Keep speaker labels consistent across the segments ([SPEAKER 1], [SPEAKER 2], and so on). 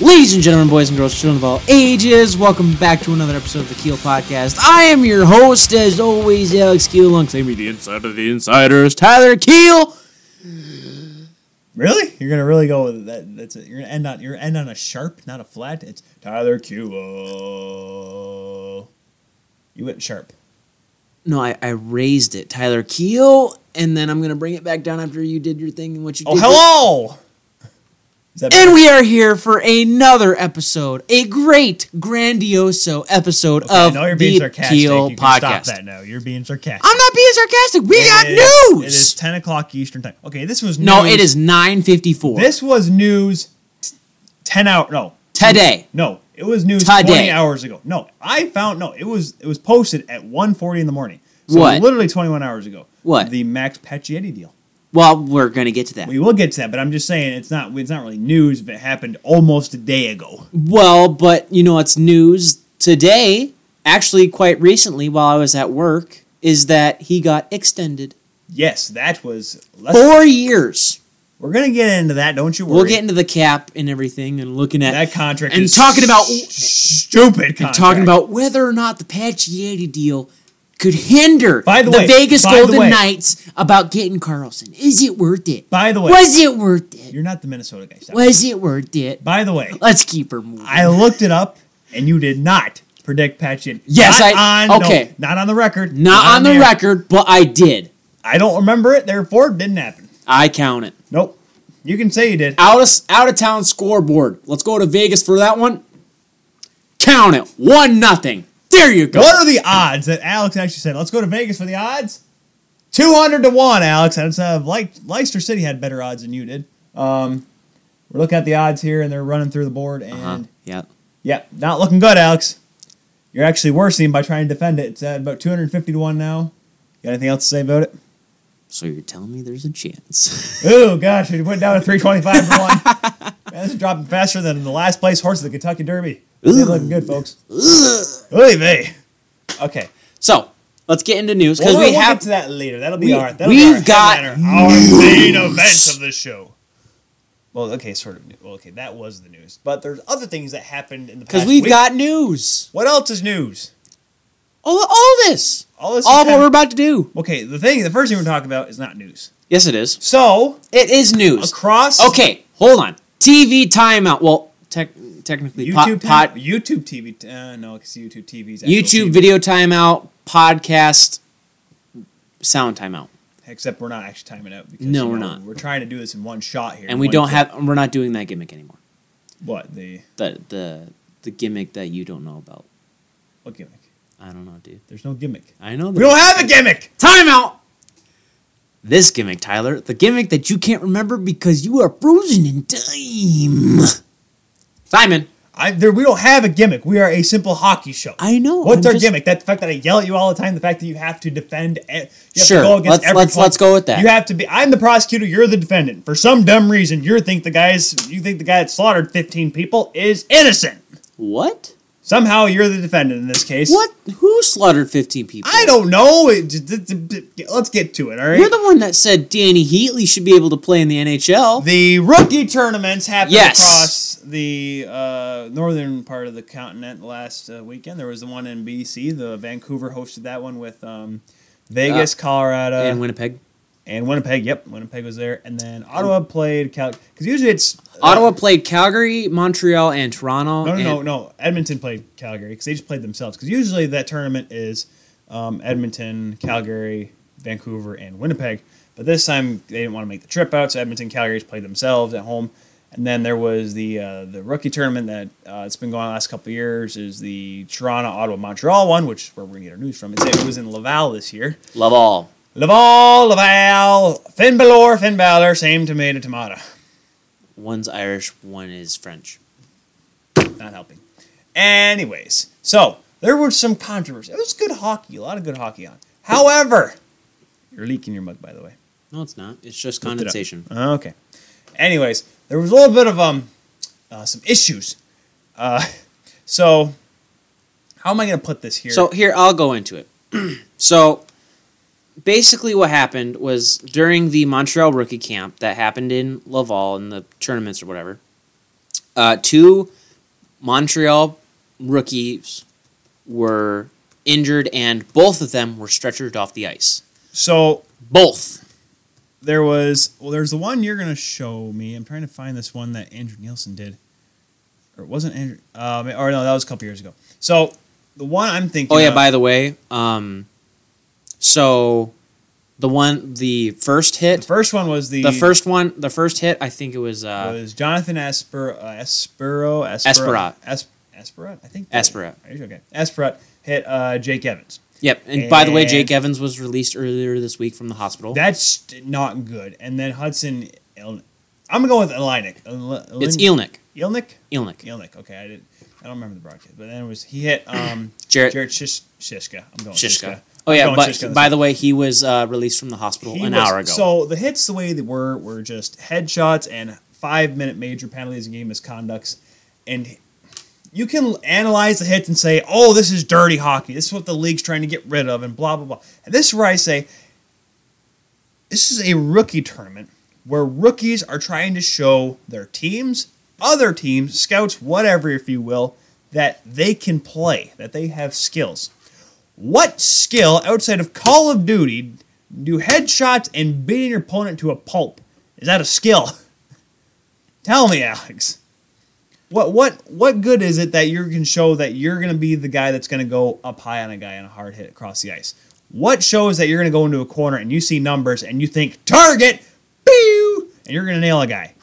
[SPEAKER 1] Ladies and gentlemen, boys and girls, children of all ages, welcome back to another episode of the Keel Podcast. I am your host, as always, Alex Keel. Alongside me, the inside of the insiders, Tyler Keel.
[SPEAKER 2] Really? You're gonna really go with that? That's it. You're gonna end on you're gonna end on a sharp, not a flat. It's Tyler Kulo. You went sharp.
[SPEAKER 1] No, I, I raised it, Tyler Keel, and then I'm gonna bring it back down after you did your thing and what you
[SPEAKER 2] Oh
[SPEAKER 1] did.
[SPEAKER 2] hello. Is that
[SPEAKER 1] And we are here for another episode, a great grandioso episode
[SPEAKER 2] Okay, I
[SPEAKER 1] of
[SPEAKER 2] know you're
[SPEAKER 1] the
[SPEAKER 2] being sarcastic.
[SPEAKER 1] Keel
[SPEAKER 2] you can
[SPEAKER 1] Podcast.
[SPEAKER 2] stop that now. You're being sarcastic.
[SPEAKER 1] I'm not being sarcastic. We got
[SPEAKER 2] It is-
[SPEAKER 1] news.
[SPEAKER 2] It is ten o'clock Eastern time. Okay, this was news.
[SPEAKER 1] no, it is 9:54
[SPEAKER 2] This was news. Ten hour no
[SPEAKER 1] today.
[SPEAKER 2] no it was news
[SPEAKER 1] Today.
[SPEAKER 2] twenty hours ago. No, I found no it was it was posted at 1.40 in the morning. So
[SPEAKER 1] What?
[SPEAKER 2] Literally twenty one hours ago.
[SPEAKER 1] What?
[SPEAKER 2] The Max Pacioretty deal.
[SPEAKER 1] Well, we're gonna get to that.
[SPEAKER 2] We will get to that, but I'm just saying it's not it's not really news if it happened almost a day ago.
[SPEAKER 1] Well, but you know what's news today? Actually, quite recently, while I was at work, is that he got extended
[SPEAKER 2] Yes, that was. Less,
[SPEAKER 1] four years.
[SPEAKER 2] We're gonna get into that. Don't you worry.
[SPEAKER 1] We'll get into the cap and everything, and looking at
[SPEAKER 2] that contract
[SPEAKER 1] and
[SPEAKER 2] is
[SPEAKER 1] talking about
[SPEAKER 2] s- stupid.
[SPEAKER 1] and
[SPEAKER 2] Contract.
[SPEAKER 1] talking about whether or not the Pacioretty deal could hinder
[SPEAKER 2] By the way,
[SPEAKER 1] Vegas
[SPEAKER 2] by the
[SPEAKER 1] Golden
[SPEAKER 2] way.
[SPEAKER 1] Knights about getting Carlson. Is it worth it?
[SPEAKER 2] By the way,
[SPEAKER 1] Was it worth it?
[SPEAKER 2] you're not the Minnesota guy. Stop.
[SPEAKER 1] Was it worth it?
[SPEAKER 2] By the way,
[SPEAKER 1] Let's keep her moving.
[SPEAKER 2] I looked it up, and you did not predict Patchin.
[SPEAKER 1] Yes,
[SPEAKER 2] not
[SPEAKER 1] I-
[SPEAKER 2] On, no,
[SPEAKER 1] okay.
[SPEAKER 2] not on the record.
[SPEAKER 1] Not on the
[SPEAKER 2] air.
[SPEAKER 1] record, but I did.
[SPEAKER 2] I don't remember it. Therefore, it didn't happen.
[SPEAKER 1] I count it.
[SPEAKER 2] Nope. You can say you did.
[SPEAKER 1] out of out of town scoreboard. Let's go to Vegas for that one. Count it. One nothing. There you go.
[SPEAKER 2] What are the odds that Alex actually said, let's go to Vegas for the odds? 200 to 1, Alex. And uh, Le- Leicester City had better odds than you did. Um, we're looking at the odds here, and they're running through the board. And,
[SPEAKER 1] Uh-huh. Yeah.
[SPEAKER 2] yeah, not looking good, Alex. You're actually worsening by trying to defend it. It's at about 250 to 1 now. You got anything else to say about it?
[SPEAKER 1] So you're telling me there's a chance.
[SPEAKER 2] Oh, gosh, it went down to 325 to 1. Man, this is dropping faster than the last place horse of the Kentucky Derby. It's looking good, folks. Oy vey. Okay.
[SPEAKER 1] so let's get into news because
[SPEAKER 2] Well,
[SPEAKER 1] we
[SPEAKER 2] we'll
[SPEAKER 1] have
[SPEAKER 2] get to that later. That'll be
[SPEAKER 1] we-
[SPEAKER 2] our that'll
[SPEAKER 1] we've
[SPEAKER 2] be our
[SPEAKER 1] got
[SPEAKER 2] headliner, our main event of the show. Well, okay, sort of. new- Well, okay, that was the news, but there's other things that happened in the past.
[SPEAKER 1] because we've
[SPEAKER 2] week.
[SPEAKER 1] got news.
[SPEAKER 2] what else is news?
[SPEAKER 1] All, all this.
[SPEAKER 2] All this. is
[SPEAKER 1] All what
[SPEAKER 2] kind
[SPEAKER 1] we're
[SPEAKER 2] of-
[SPEAKER 1] about to do.
[SPEAKER 2] okay, the thing, the first thing we're talking about is not news.
[SPEAKER 1] Yes, it is.
[SPEAKER 2] So
[SPEAKER 1] It is news.
[SPEAKER 2] across
[SPEAKER 1] Okay, hold on. TV timeout. Well, tech technically, po-
[SPEAKER 2] YouTube,
[SPEAKER 1] pod-
[SPEAKER 2] time- YouTube TV, t- uh, no, because YouTube TV's actual
[SPEAKER 1] YouTube
[SPEAKER 2] TV,
[SPEAKER 1] video timeout, podcast, sound timeout.
[SPEAKER 2] Except we're not actually timing out. Because,
[SPEAKER 1] No,
[SPEAKER 2] you
[SPEAKER 1] we're
[SPEAKER 2] know,
[SPEAKER 1] not.
[SPEAKER 2] We're trying to do this in one shot here, in
[SPEAKER 1] and we
[SPEAKER 2] one
[SPEAKER 1] don't
[SPEAKER 2] clip.
[SPEAKER 1] have we're not doing that gimmick anymore
[SPEAKER 2] what the
[SPEAKER 1] the the the gimmick that you don't know about
[SPEAKER 2] what gimmick?
[SPEAKER 1] i don't know dude
[SPEAKER 2] There's no gimmick.
[SPEAKER 1] i know
[SPEAKER 2] We don't have a gimmick.
[SPEAKER 1] timeout this gimmick tyler the gimmick that you can't remember because you are frozen in time simon
[SPEAKER 2] I, there, we don't have a gimmick. We are a simple hockey show.
[SPEAKER 1] i know
[SPEAKER 2] What's
[SPEAKER 1] I'm
[SPEAKER 2] our
[SPEAKER 1] just-
[SPEAKER 2] gimmick? That the fact that I yell at you all the time. The fact that you have to defend. e- You have
[SPEAKER 1] Sure,
[SPEAKER 2] To go against
[SPEAKER 1] let's-
[SPEAKER 2] every
[SPEAKER 1] let's-
[SPEAKER 2] point.
[SPEAKER 1] let's go with that.
[SPEAKER 2] You have to be. I'm the prosecutor. You're the defendant. For some dumb reason, you think the guys. You think the guy that slaughtered 15 people is innocent.
[SPEAKER 1] what
[SPEAKER 2] Somehow you're the defendant in this case.
[SPEAKER 1] what who slaughtered 15 people
[SPEAKER 2] I don't know. It j- j- j- j- Let's get to it. All
[SPEAKER 1] you're
[SPEAKER 2] right.
[SPEAKER 1] the one that said danny heatley should be able to play in the nhl
[SPEAKER 2] The rookie tournaments happened
[SPEAKER 1] Yes.
[SPEAKER 2] across the uh, northern part of the continent last uh, weekend. There was the one in BC. The Vancouver hosted that one with um, Vegas,
[SPEAKER 1] Ah.
[SPEAKER 2] Colorado,
[SPEAKER 1] in
[SPEAKER 2] and,
[SPEAKER 1] winnipeg
[SPEAKER 2] Winnipeg. Yep, Winnipeg was there, and then Ottawa played Cal. Because usually it's uh,
[SPEAKER 1] ottawa played calgary montreal and toronto
[SPEAKER 2] No, no,
[SPEAKER 1] and-
[SPEAKER 2] Oh, no, no. Edmonton played Calgary because they just played themselves. Because usually that tournament is um, Edmonton, Calgary, Vancouver, and Winnipeg. But this time they didn't want to make the trip out, so Edmonton, Calgary just played themselves at home. And then there was the uh, the rookie tournament that uh, it's been going on the last couple of years is the Toronto, Ottawa, Montreal one, which is where we're gonna get our news from. It's, it was in Laval this year.
[SPEAKER 1] love all
[SPEAKER 2] Laval, Laval, Finn Balor, Finn Balor, same tomato, tomato.
[SPEAKER 1] one's irish one is french
[SPEAKER 2] not helping. Anyways, so there was some controversy. It was good hockey, a lot of good hockey on. However, you're leaking your mug, by the way.
[SPEAKER 1] No, it's not. It's just
[SPEAKER 2] Lift it up.
[SPEAKER 1] condensation.
[SPEAKER 2] Okay. Anyways, there was a little bit of um, uh, some issues. Uh, so how am I going to put this here?
[SPEAKER 1] So here, I'll go into it. so basically, what happened was during the Montreal rookie camp that happened in Laval in the tournaments or whatever. uh, two Montreal rookies were injured, and both of them were stretchered off the ice.
[SPEAKER 2] So
[SPEAKER 1] Both.
[SPEAKER 2] there was well, there's the one you're gonna show me. I'm trying to find this one that Andrew Nielsen did, or it wasn't Andrew. Um, or no, that was a couple years ago. So the one I'm thinking.
[SPEAKER 1] Oh yeah.
[SPEAKER 2] of-
[SPEAKER 1] By the way, um, so the one, the first
[SPEAKER 2] the
[SPEAKER 1] hit,
[SPEAKER 2] first one was the
[SPEAKER 1] the first one, the first hit. I think it was uh,
[SPEAKER 2] was Jonathan Asper uh, Aspero
[SPEAKER 1] Esperat.
[SPEAKER 2] As, Esperat I think
[SPEAKER 1] Esperat.
[SPEAKER 2] Are you okay? Esperat hit uh, Jake Evans.
[SPEAKER 1] Yep. And, by the way, Jake
[SPEAKER 2] And-
[SPEAKER 1] Evans was released earlier this week from the hospital.
[SPEAKER 2] That's not good. And then Hudson. El- I'm going with Elinick. El-
[SPEAKER 1] it's Elnick.
[SPEAKER 2] Elnick.
[SPEAKER 1] Elnick.
[SPEAKER 2] Elnick. Okay, I didn't. I don't remember the broadcast, but then it was he hit um,
[SPEAKER 1] Jarrett-
[SPEAKER 2] Jared Shish- Shishka. I'm going Shishka.
[SPEAKER 1] Shishka. Oh yeah,
[SPEAKER 2] going
[SPEAKER 1] but
[SPEAKER 2] Shishka this
[SPEAKER 1] by
[SPEAKER 2] time.
[SPEAKER 1] the way, he was uh, released from the hospital
[SPEAKER 2] He
[SPEAKER 1] an
[SPEAKER 2] was-
[SPEAKER 1] hour ago.
[SPEAKER 2] So the hits, the way they were, were just headshots and five minute major penalties and game misconducts. And you can analyze the hits and say, oh, this is dirty hockey. This is what the league's trying to get rid of, and blah, blah, blah. And this is where I say, this is a rookie tournament where rookies are trying to show their teams, other teams, scouts, whatever, if you will, that they can play, that they have skills. What skill outside of Call of Duty do headshots and beating your opponent to a pulp? Is that a skill? Tell me, Alex. What what what good is it that you can show that you're gonna be the guy that's gonna go up high on a guy on a hard hit across the ice? What shows that you're gonna go into a corner and you see numbers and you think target, pew, and you're gonna nail a guy?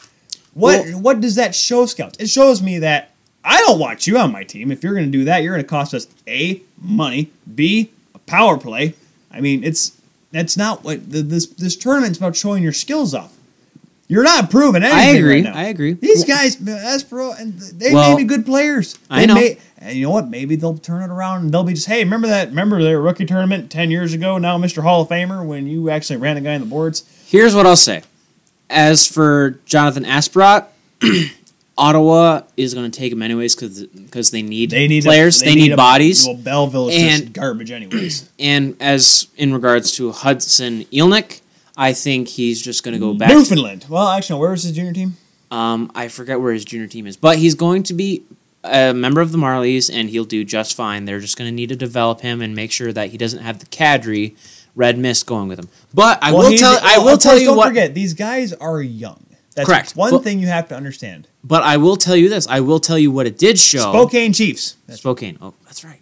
[SPEAKER 2] What
[SPEAKER 1] Well-
[SPEAKER 2] what does that show scouts? It shows me that I don't want you on my team. If you're gonna do that, you're gonna cost us a money, b a power play. I mean, it's that's not what the, this this tournament's about showing your skills off. You're not proving anything.
[SPEAKER 1] I agree.
[SPEAKER 2] right now.
[SPEAKER 1] I agree.
[SPEAKER 2] These guys, Espero, and they
[SPEAKER 1] Well,
[SPEAKER 2] may be good players. They
[SPEAKER 1] I know.
[SPEAKER 2] May, and you know what? Maybe they'll turn it around and they'll be just, hey, remember that? Remember their rookie tournament ten years ago? Now Mr. Hall of Famer when you actually ran a guy on the boards.
[SPEAKER 1] Here's what I'll say. As for Jonathan Asprat, Ottawa is going to take him anyways because they need
[SPEAKER 2] They need a-
[SPEAKER 1] players, they, need
[SPEAKER 2] a-
[SPEAKER 1] bodies.
[SPEAKER 2] Well, Belleville is just
[SPEAKER 1] And-
[SPEAKER 2] garbage, anyways.
[SPEAKER 1] And as in regards to Hudson Elnick, I think he's just going to go back.
[SPEAKER 2] Newfoundland. Well, actually, no, where was his junior team?
[SPEAKER 1] Um, I forget where his junior team is, but he's going to be a member of the Marlies, and he'll do just fine. They're just going to need to develop him and make sure that he doesn't have the cadre red mist going with him. But I will
[SPEAKER 2] he's-
[SPEAKER 1] tell I
[SPEAKER 2] well,
[SPEAKER 1] will
[SPEAKER 2] of
[SPEAKER 1] tell
[SPEAKER 2] course,
[SPEAKER 1] you
[SPEAKER 2] don't
[SPEAKER 1] what.
[SPEAKER 2] Forget these guys are young. That's
[SPEAKER 1] Correct.
[SPEAKER 2] One
[SPEAKER 1] Well-
[SPEAKER 2] thing you have to understand.
[SPEAKER 1] But I will tell you this. I will tell you what it did show.
[SPEAKER 2] Spokane Chiefs.
[SPEAKER 1] Spokane. Oh, that's right.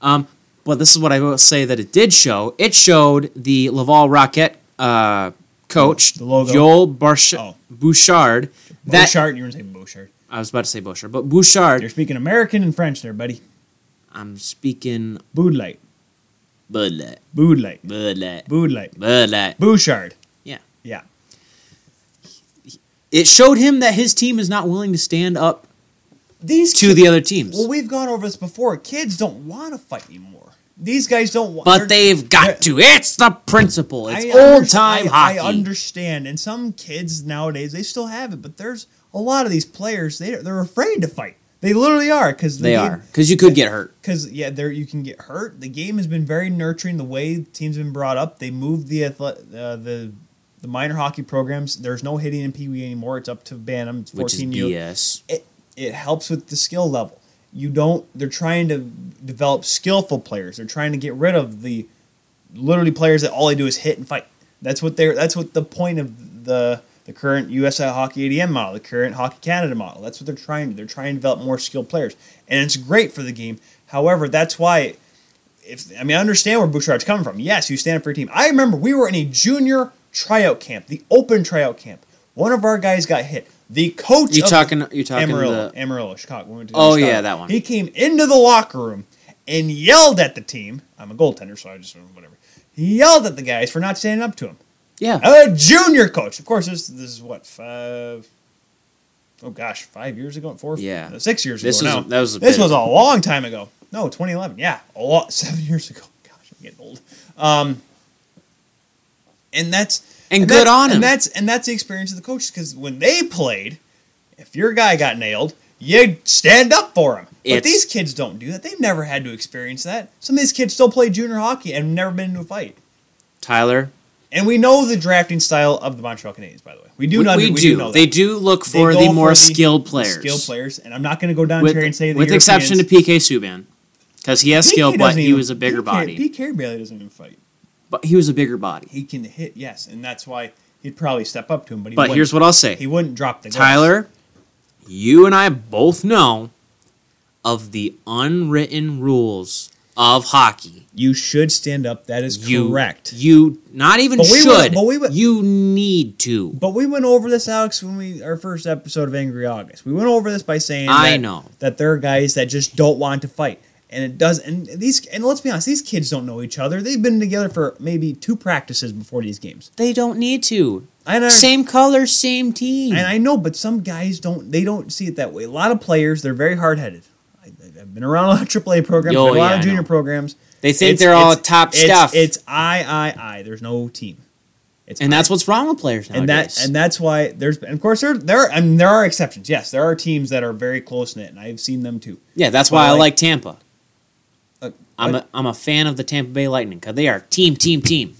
[SPEAKER 1] Um, but this is what I will say that it did show. It showed the Laval Rocket uh, coach,
[SPEAKER 2] The logo.
[SPEAKER 1] Joel Barsh-
[SPEAKER 2] Oh.
[SPEAKER 1] Bouchard. That
[SPEAKER 2] Bouchard. You were going to say Bouchard.
[SPEAKER 1] I was about to say Bouchard, but
[SPEAKER 2] You're
[SPEAKER 1] Bouchard.
[SPEAKER 2] speaking American and French there, buddy.
[SPEAKER 1] I'm speaking
[SPEAKER 2] Boodlight.
[SPEAKER 1] Bud Light,
[SPEAKER 2] Boodlight.
[SPEAKER 1] Bud Light,
[SPEAKER 2] Boodlight.
[SPEAKER 1] Bud Light.
[SPEAKER 2] Bouchard.
[SPEAKER 1] Yeah.
[SPEAKER 2] Yeah.
[SPEAKER 1] It showed him that his team is not willing to stand up
[SPEAKER 2] These
[SPEAKER 1] to the other teams,
[SPEAKER 2] Well, we've gone over this before. Kids don't want to fight anymore. These guys don't want.
[SPEAKER 1] but they've got to. It's the principle. It's old time hockey.
[SPEAKER 2] I understand, and some kids nowadays they still have it, but there's a lot of these players they they're afraid to fight. They literally are because
[SPEAKER 1] they are because you could get hurt.
[SPEAKER 2] because yeah, there you can get hurt. The game has been very nurturing. The way teams been brought up, they moved the athlete, uh, the the minor hockey programs. There's no hitting in Pee Wee anymore. It's up to Bantam, it's
[SPEAKER 1] Which is
[SPEAKER 2] 14 U.
[SPEAKER 1] BS.
[SPEAKER 2] It it helps with the skill level. You don't. They're trying to develop skillful players. They're trying to get rid of the literally players that all they do is hit and fight. That's what they're. That's what the point of the the current USI Hockey ADM model, the current Hockey Canada model. That's what they're trying to. do. They're trying to develop more skilled players, and it's great for the game. However, that's why. If I mean, I understand where Bouchard's coming from. Yes, you stand up for your team. I remember we were in a junior tryout camp, the open tryout camp. One of our guys got hit. The coach.
[SPEAKER 1] You
[SPEAKER 2] of-
[SPEAKER 1] talking? You talking?
[SPEAKER 2] Amarillo,
[SPEAKER 1] the,
[SPEAKER 2] Amarillo, Chicago. When we went to
[SPEAKER 1] Oh,
[SPEAKER 2] Chicago.
[SPEAKER 1] yeah, that one.
[SPEAKER 2] He came into the locker room and yelled at the team. I'm a goaltender, so I just whatever. He yelled at the guys for not standing up to him.
[SPEAKER 1] yeah.
[SPEAKER 2] A junior coach, of course. This this is what five. Oh gosh, five years ago, four,
[SPEAKER 1] Yeah.
[SPEAKER 2] no, six years
[SPEAKER 1] This
[SPEAKER 2] ago.
[SPEAKER 1] was-
[SPEAKER 2] now.
[SPEAKER 1] that was a
[SPEAKER 2] this
[SPEAKER 1] bit-
[SPEAKER 2] was a long time ago. No, 2011. Yeah, a lot, seven years ago. Gosh, I'm getting old. Um, and that's
[SPEAKER 1] And good
[SPEAKER 2] that's-
[SPEAKER 1] on him.
[SPEAKER 2] And that's and that's the experience of the coaches because when they played, if your guy got nailed, you stand up for him. But
[SPEAKER 1] It's-
[SPEAKER 2] these kids don't do that. They've never had to experience that. Some of these kids still play junior hockey and never been into a fight.
[SPEAKER 1] Tyler,
[SPEAKER 2] And we know the drafting style of the Montreal Canadiens, by the way. We do
[SPEAKER 1] we,
[SPEAKER 2] know.
[SPEAKER 1] we
[SPEAKER 2] that,
[SPEAKER 1] do.
[SPEAKER 2] We do know that.
[SPEAKER 1] They do look
[SPEAKER 2] They
[SPEAKER 1] for
[SPEAKER 2] go
[SPEAKER 1] the more
[SPEAKER 2] for the
[SPEAKER 1] skilled players.
[SPEAKER 2] Skilled players, and I'm not going to go down
[SPEAKER 1] with,
[SPEAKER 2] here and say the
[SPEAKER 1] with exception to
[SPEAKER 2] Europeans-
[SPEAKER 1] PK Subban, because he has
[SPEAKER 2] PK
[SPEAKER 1] skill, but
[SPEAKER 2] doesn't
[SPEAKER 1] he
[SPEAKER 2] even-
[SPEAKER 1] was a bigger
[SPEAKER 2] PK
[SPEAKER 1] body.
[SPEAKER 2] PK barely doesn't even fight.
[SPEAKER 1] but he was a bigger body.
[SPEAKER 2] He can hit, yes, and that's why he'd probably step up to him. But, he
[SPEAKER 1] But
[SPEAKER 2] wouldn't.
[SPEAKER 1] here's what I'll say,
[SPEAKER 2] he wouldn't drop the
[SPEAKER 1] Tyler. You and I both know of the unwritten rules of hockey.
[SPEAKER 2] You should stand up. That is
[SPEAKER 1] You
[SPEAKER 2] correct.
[SPEAKER 1] You not even
[SPEAKER 2] But we
[SPEAKER 1] should.
[SPEAKER 2] were- but we were-
[SPEAKER 1] you need to.
[SPEAKER 2] But we went over this, Alex, when we our first episode of Angry August. We went over this by saying
[SPEAKER 1] I
[SPEAKER 2] that,
[SPEAKER 1] know.
[SPEAKER 2] that there are guys that just don't want to fight, and it does. And these and let's be honest, these kids don't know each other. They've been together for maybe two practices before these games.
[SPEAKER 1] They don't need to.
[SPEAKER 2] And I,
[SPEAKER 1] Same color, same team.
[SPEAKER 2] and I know, but some guys don't. They don't see it that way. A lot of players, they're very hard headed. I've been around a lot of AAA programs,
[SPEAKER 1] Yo,
[SPEAKER 2] a lot
[SPEAKER 1] Oh, yeah, I
[SPEAKER 2] of junior
[SPEAKER 1] know.
[SPEAKER 2] programs.
[SPEAKER 1] they think
[SPEAKER 2] It's-
[SPEAKER 1] they're all
[SPEAKER 2] it's-
[SPEAKER 1] top
[SPEAKER 2] it's,
[SPEAKER 1] stuff,
[SPEAKER 2] It's I, I, I. There's no team. It's
[SPEAKER 1] and
[SPEAKER 2] I.
[SPEAKER 1] that's what's wrong with players nowadays.
[SPEAKER 2] and that and that's why there's and of course there there I mean, there are exceptions. Yes, there are teams that are very close knit, and I've seen them too.
[SPEAKER 1] yeah, that's
[SPEAKER 2] Well,
[SPEAKER 1] why I
[SPEAKER 2] like-
[SPEAKER 1] like Tampa.
[SPEAKER 2] Uh,
[SPEAKER 1] I'm
[SPEAKER 2] what?
[SPEAKER 1] a, I'm a fan of the Tampa Bay Lightning because they are team, team, team.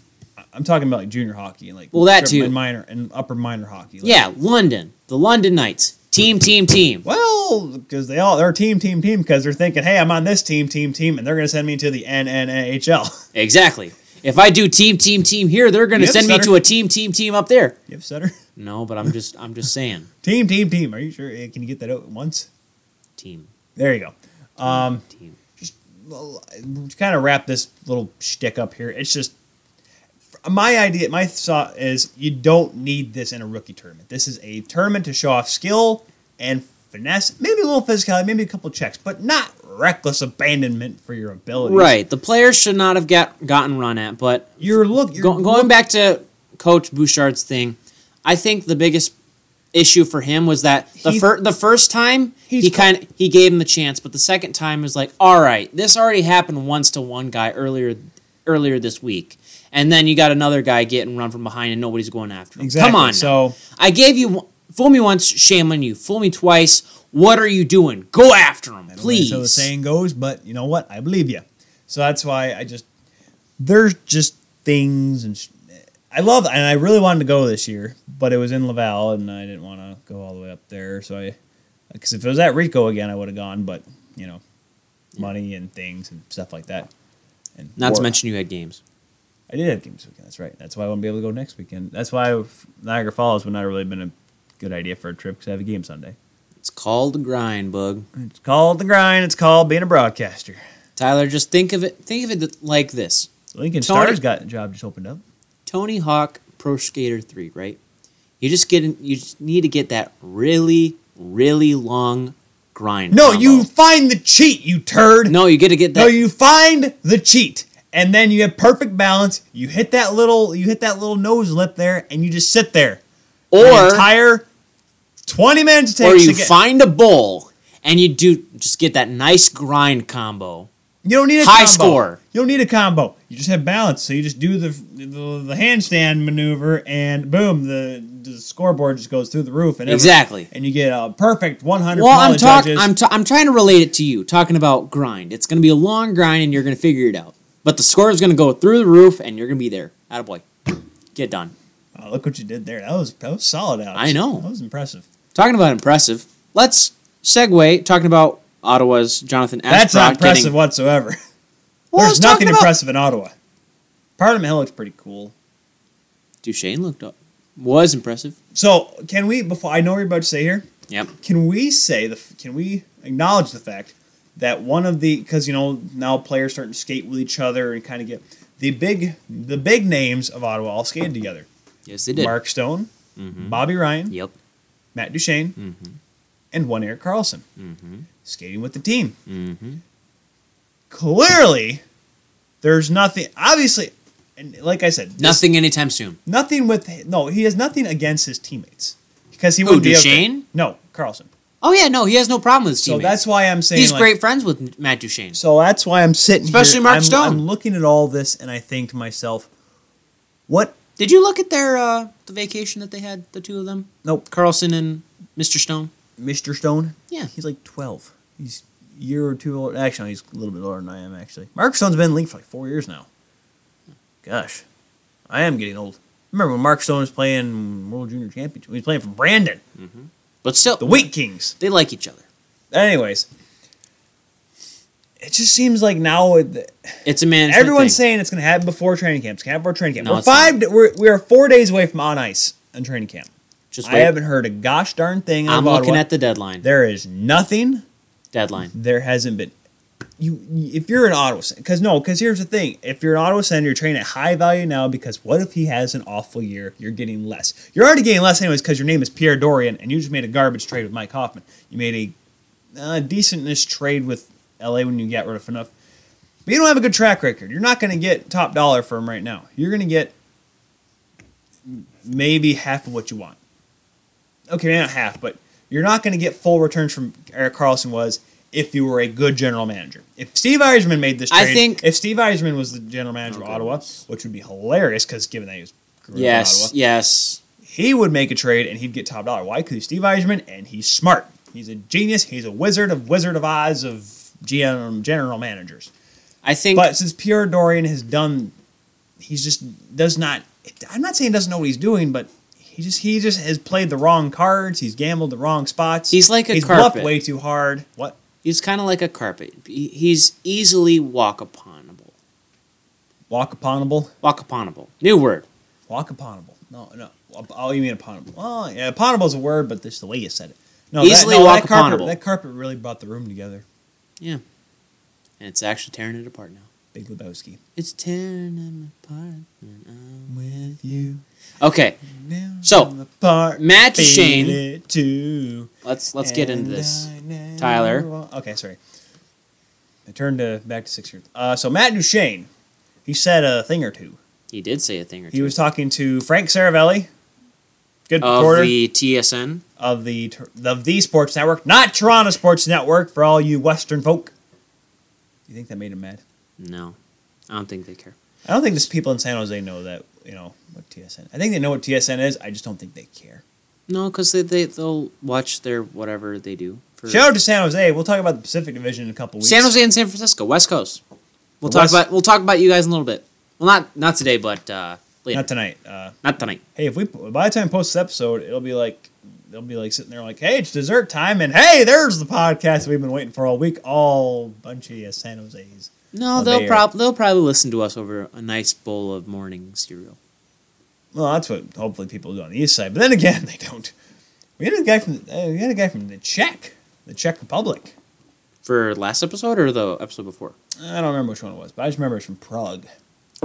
[SPEAKER 2] I'm talking about like junior hockey and like
[SPEAKER 1] Well, that
[SPEAKER 2] tri-
[SPEAKER 1] too.
[SPEAKER 2] and minor and upper minor hockey. Like,
[SPEAKER 1] Yeah, London, the London Knights, team, team, team.
[SPEAKER 2] Well, because they all they're team team team because they're thinking, hey, I'm on this team team team, and they're going to send me to the NNHL.
[SPEAKER 1] Exactly. If I do team, team, team here, they're going to
[SPEAKER 2] Yep,
[SPEAKER 1] send me
[SPEAKER 2] Sutter.
[SPEAKER 1] to a team, team, team up there.
[SPEAKER 2] you have Sutter.
[SPEAKER 1] No, but I'm just I'm just saying
[SPEAKER 2] Team team team. Are you sure? Eh, Can you get that out at once?
[SPEAKER 1] team,
[SPEAKER 2] There you go. Um,
[SPEAKER 1] team.
[SPEAKER 2] to kind of wrap this little shtick up here, it's just my idea, my thought is you don't need this in a rookie tournament. This is a tournament to show off skill and finesse, maybe a little physicality, maybe a couple checks, but not reckless abandonment for your abilities.
[SPEAKER 1] Right. The players should not have got gotten run at, but
[SPEAKER 2] You're look. You're,
[SPEAKER 1] Go, going back to Coach Bouchard's thing, I think the biggest issue for him was that the
[SPEAKER 2] He's-
[SPEAKER 1] fir- the first time
[SPEAKER 2] He's
[SPEAKER 1] he
[SPEAKER 2] co-
[SPEAKER 1] kind of he gave him the chance, but the second time was like, all right, this already happened once to one guy earlier earlier this week, and then you got another guy getting run from behind and nobody's going after him.
[SPEAKER 2] exactly.
[SPEAKER 1] Come on, now.
[SPEAKER 2] So
[SPEAKER 1] I gave you one- fool me once, shame on you. Fool me twice. What are you doing? Go after him, please.
[SPEAKER 2] So the saying goes, but you know what? I believe you. So that's why I just there's just things and sh- I love and I really wanted to go this year, but it was in Laval and I didn't want to go all the way up there. So I because if it was at Rico again, I would have gone, but you know, money and things and stuff like that. And
[SPEAKER 1] Not to
[SPEAKER 2] work.
[SPEAKER 1] mention you had games.
[SPEAKER 2] I did have games this weekend. That's right. That's why I won't be able to go next weekend. That's why Niagara Falls would not have really been a good idea for a trip because I have a game Sunday.
[SPEAKER 1] It's called the grind, bug.
[SPEAKER 2] It's called the grind. It's called being a broadcaster.
[SPEAKER 1] Tyler, just think of it. Think of it th- like this:
[SPEAKER 2] Lincoln
[SPEAKER 1] Tony-
[SPEAKER 2] Stars got a job just opened up.
[SPEAKER 1] Tony Hawk Pro Skater Three, right? You just get. in- You just need to get that really, really long grind.
[SPEAKER 2] No,
[SPEAKER 1] combo.
[SPEAKER 2] you find the cheat, you turd.
[SPEAKER 1] No, you get to get that.
[SPEAKER 2] No, you find the cheat, and then you have perfect balance. You hit that little, you hit that little nose lip there, and you just sit there. for
[SPEAKER 1] or
[SPEAKER 2] the entire twenty minutes it takes
[SPEAKER 1] or you
[SPEAKER 2] to get.
[SPEAKER 1] find a bowl and you do just get that nice grind combo.
[SPEAKER 2] you don't need a
[SPEAKER 1] high
[SPEAKER 2] combo.
[SPEAKER 1] score.
[SPEAKER 2] You don't need a combo. You just have balance, so you just do the the, the handstand maneuver, and boom, the, the scoreboard just goes through the roof, and every-
[SPEAKER 1] Exactly.
[SPEAKER 2] and you get a perfect one hundred.
[SPEAKER 1] Well, I'm talking. I'm, ta- I'm trying to relate it to you. Talking about grind. It's going to be a long grind, and you're going to figure it out. But the score is going to go through the roof, and you're going to be there. Attaboy. Get done.
[SPEAKER 2] Oh, look what you did there. That was that was solid, Alex.
[SPEAKER 1] I know.
[SPEAKER 2] That was impressive.
[SPEAKER 1] Talking about impressive, let's segue talking about Ottawa's Jonathan Ashbrook.
[SPEAKER 2] That's not impressive
[SPEAKER 1] Getting,
[SPEAKER 2] whatsoever.
[SPEAKER 1] Well, I was
[SPEAKER 2] There's nothing
[SPEAKER 1] talking about-
[SPEAKER 2] impressive in Ottawa. Parliament Hill looks pretty cool.
[SPEAKER 1] Duchesne looked up. Was impressive.
[SPEAKER 2] So can we before I know what you're about to say here?
[SPEAKER 1] Yep.
[SPEAKER 2] Can we say the can we acknowledge the fact that one of the because you know now players starting to skate with each other and kind of get the big the big names of Ottawa all skated together.
[SPEAKER 1] Yes, they did.
[SPEAKER 2] Mark Stone,
[SPEAKER 1] Mhm.
[SPEAKER 2] Bobby Ryan,
[SPEAKER 1] Yep.
[SPEAKER 2] Matt Duchene, and one Eric Carlson
[SPEAKER 1] Mm-hmm.
[SPEAKER 2] skating with the team.
[SPEAKER 1] Mm-hmm.
[SPEAKER 2] clearly there's nothing obviously and like i said this-
[SPEAKER 1] Nothing anytime soon.
[SPEAKER 2] nothing with no he has nothing against his teammates because he
[SPEAKER 1] Who,
[SPEAKER 2] wouldn't be okay-
[SPEAKER 1] Duchesne?
[SPEAKER 2] no carlson
[SPEAKER 1] Oh yeah, no, he has no problem with his
[SPEAKER 2] so
[SPEAKER 1] teammates.
[SPEAKER 2] that's why i'm saying
[SPEAKER 1] he's
[SPEAKER 2] like-
[SPEAKER 1] great friends with Matt Duchesne.
[SPEAKER 2] so that's why i'm sitting
[SPEAKER 1] Especially
[SPEAKER 2] here,
[SPEAKER 1] Mark
[SPEAKER 2] I'm,
[SPEAKER 1] Stone.
[SPEAKER 2] i'm looking at all this and i think to myself what
[SPEAKER 1] Did you look at their uh, the vacation that they had, the two of them,
[SPEAKER 2] nope
[SPEAKER 1] Carlson and Mr. Stone?
[SPEAKER 2] mr stone
[SPEAKER 1] Yeah.
[SPEAKER 2] he's like 12 he's a year or two old actually no, he's a little bit older than i am actually mark stone's been in the league for like four years now gosh i am getting old remember when Mark Stone was playing World Junior Championship. He was playing for Brandon,
[SPEAKER 1] But still,
[SPEAKER 2] the Wheat Kings.
[SPEAKER 1] they like each other.
[SPEAKER 2] Anyways, it just seems like now it,
[SPEAKER 1] It's a management
[SPEAKER 2] everyone's
[SPEAKER 1] thing.
[SPEAKER 2] saying it's going to happen before training camp. It's going to happen before training camp.
[SPEAKER 1] No,
[SPEAKER 2] we're
[SPEAKER 1] it's not.
[SPEAKER 2] five. da- We're, we are four days away from on ice and training camp.
[SPEAKER 1] Just
[SPEAKER 2] I
[SPEAKER 1] wait.
[SPEAKER 2] haven't heard a gosh darn thing. out
[SPEAKER 1] I'm
[SPEAKER 2] of
[SPEAKER 1] looking
[SPEAKER 2] Ottawa.
[SPEAKER 1] at the deadline.
[SPEAKER 2] There is nothing.
[SPEAKER 1] Deadline.
[SPEAKER 2] There hasn't been. You, if you're in Ottawa, because no, because here's the thing: if you're an Ottawa Senator, you're trading at high value now because what if he has an awful year? You're getting less. You're already getting less anyways because your name is Pierre Dorian, and you just made a garbage trade with Mike Hoffman. You made a uh, decentish trade with LA when you got rid of Fanuff, but you don't have a good track record. You're not going to get top dollar for him right now. You're going to get maybe half of what you want. Okay, maybe not half, but you're not going to get full returns from Eric Carlson was if you were a good general manager. If Steve Eisman made this
[SPEAKER 1] I
[SPEAKER 2] trade,
[SPEAKER 1] think-
[SPEAKER 2] if Steve Eisman was the general manager of
[SPEAKER 1] Oh,
[SPEAKER 2] Ottawa,
[SPEAKER 1] goodness.
[SPEAKER 2] which would be hilarious because given that he was grew up in
[SPEAKER 1] Yes,
[SPEAKER 2] Ottawa,
[SPEAKER 1] yes.
[SPEAKER 2] he would make a trade and he'd get top dollar. Why? Because he's Steve Eisman and he's smart. He's a genius. He's a wizard of Wizard of Oz of GM general managers.
[SPEAKER 1] I think
[SPEAKER 2] But since Pierre Dorian has done, he's just does not. I'm not saying he doesn't know what he's doing, but he just he just has played the wrong cards. He's gambled the wrong spots.
[SPEAKER 1] He's like a
[SPEAKER 2] he's
[SPEAKER 1] carpet.
[SPEAKER 2] bluffed way too hard. What?
[SPEAKER 1] he's kind of like a carpet. He- He's easily walk uponable.
[SPEAKER 2] Walk uponable.
[SPEAKER 1] Walk uponable. New word.
[SPEAKER 2] Walk uponable. No, no. Oh, you mean uponable? Well, yeah, uponable is a word, but this the way you said it. No,
[SPEAKER 1] Easily
[SPEAKER 2] that, no,
[SPEAKER 1] walk
[SPEAKER 2] that carpet,
[SPEAKER 1] uponable.
[SPEAKER 2] That carpet really brought the room together.
[SPEAKER 1] Yeah. And it's actually tearing it apart now.
[SPEAKER 2] Big Lebowski.
[SPEAKER 1] It's tearing them apart. and I'm
[SPEAKER 2] With you.
[SPEAKER 1] with- Okay,
[SPEAKER 2] Now
[SPEAKER 1] So,
[SPEAKER 2] I'm apart,
[SPEAKER 1] Matt
[SPEAKER 2] feel
[SPEAKER 1] Shane-
[SPEAKER 2] it too.
[SPEAKER 1] let's let's get into
[SPEAKER 2] And
[SPEAKER 1] this.
[SPEAKER 2] I never
[SPEAKER 1] Tyler.
[SPEAKER 2] wa- Okay, sorry. I turned to back to six years. Uh, so Matt Duchesne, he said a thing or two.
[SPEAKER 1] He did say a thing or two.
[SPEAKER 2] He was talking to Frank Saravelli, good
[SPEAKER 1] of
[SPEAKER 2] reporter
[SPEAKER 1] the TSN.
[SPEAKER 2] of the Tor- of the Sports Network, not Toronto Sports Network for all you Western folk. You think that made him mad?
[SPEAKER 1] No, I don't think they care.
[SPEAKER 2] I don't think just people in San Jose know that you know what TSN. I think they know what TSN is. I just don't think they care.
[SPEAKER 1] No, because they, they they'll watch their whatever they do. For
[SPEAKER 2] Shout out to San Jose. We'll talk about the Pacific Division in a couple weeks.
[SPEAKER 1] Hmm. San Jose and San Francisco, West Coast. We'll
[SPEAKER 2] The
[SPEAKER 1] talk
[SPEAKER 2] West-
[SPEAKER 1] about we'll talk about you guys in a little bit. Well, not not today, but uh, later.
[SPEAKER 2] not
[SPEAKER 1] Not,
[SPEAKER 2] tonight. Uh,
[SPEAKER 1] tonight.
[SPEAKER 2] hey, if we by the time we post this episode, it'll be like they'll be like sitting there like, hey, it's dessert time, and hey, there's the podcast we've been waiting for all week. All bunch of you San Jose's.
[SPEAKER 1] No,
[SPEAKER 2] Oh,
[SPEAKER 1] they'll
[SPEAKER 2] they are-
[SPEAKER 1] prob- they'll probably listen to us over a nice bowl of morning cereal.
[SPEAKER 2] Well, that's what hopefully people do on the east side. But then again, they don't. We had a guy from uh, we had a guy from the Czech, the Czech Republic.
[SPEAKER 1] For last episode or the episode before?
[SPEAKER 2] I don't remember which one it was, but I just remember it's from Prague.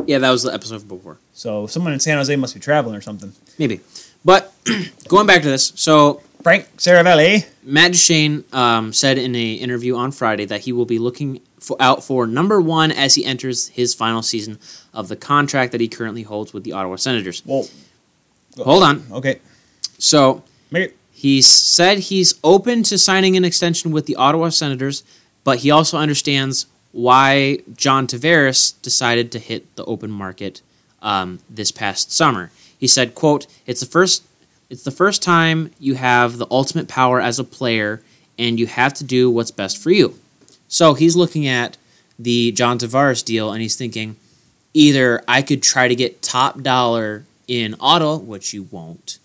[SPEAKER 1] Yeah, that was the episode before.
[SPEAKER 2] So someone in San Jose must be traveling or something.
[SPEAKER 1] Maybe. But going back to this, so
[SPEAKER 2] Frank Saravelli.
[SPEAKER 1] Matt Shane um, said in a interview on Friday that he will be looking for, out for number one as he enters his final season of the contract that he currently holds with the Ottawa Senators.
[SPEAKER 2] Well,
[SPEAKER 1] Hold on.
[SPEAKER 2] okay,
[SPEAKER 1] So
[SPEAKER 2] make it.
[SPEAKER 1] he said he's open to signing an extension with the Ottawa Senators, but he also understands why John Tavares decided to hit the open market um, this past summer. He said, "quote It's the first, it's the first time you have the ultimate power as a player, and you have to do what's best for you." So he's looking at the John Tavares deal, and he's thinking, either I could try to get top dollar in Ottawa, which you won't.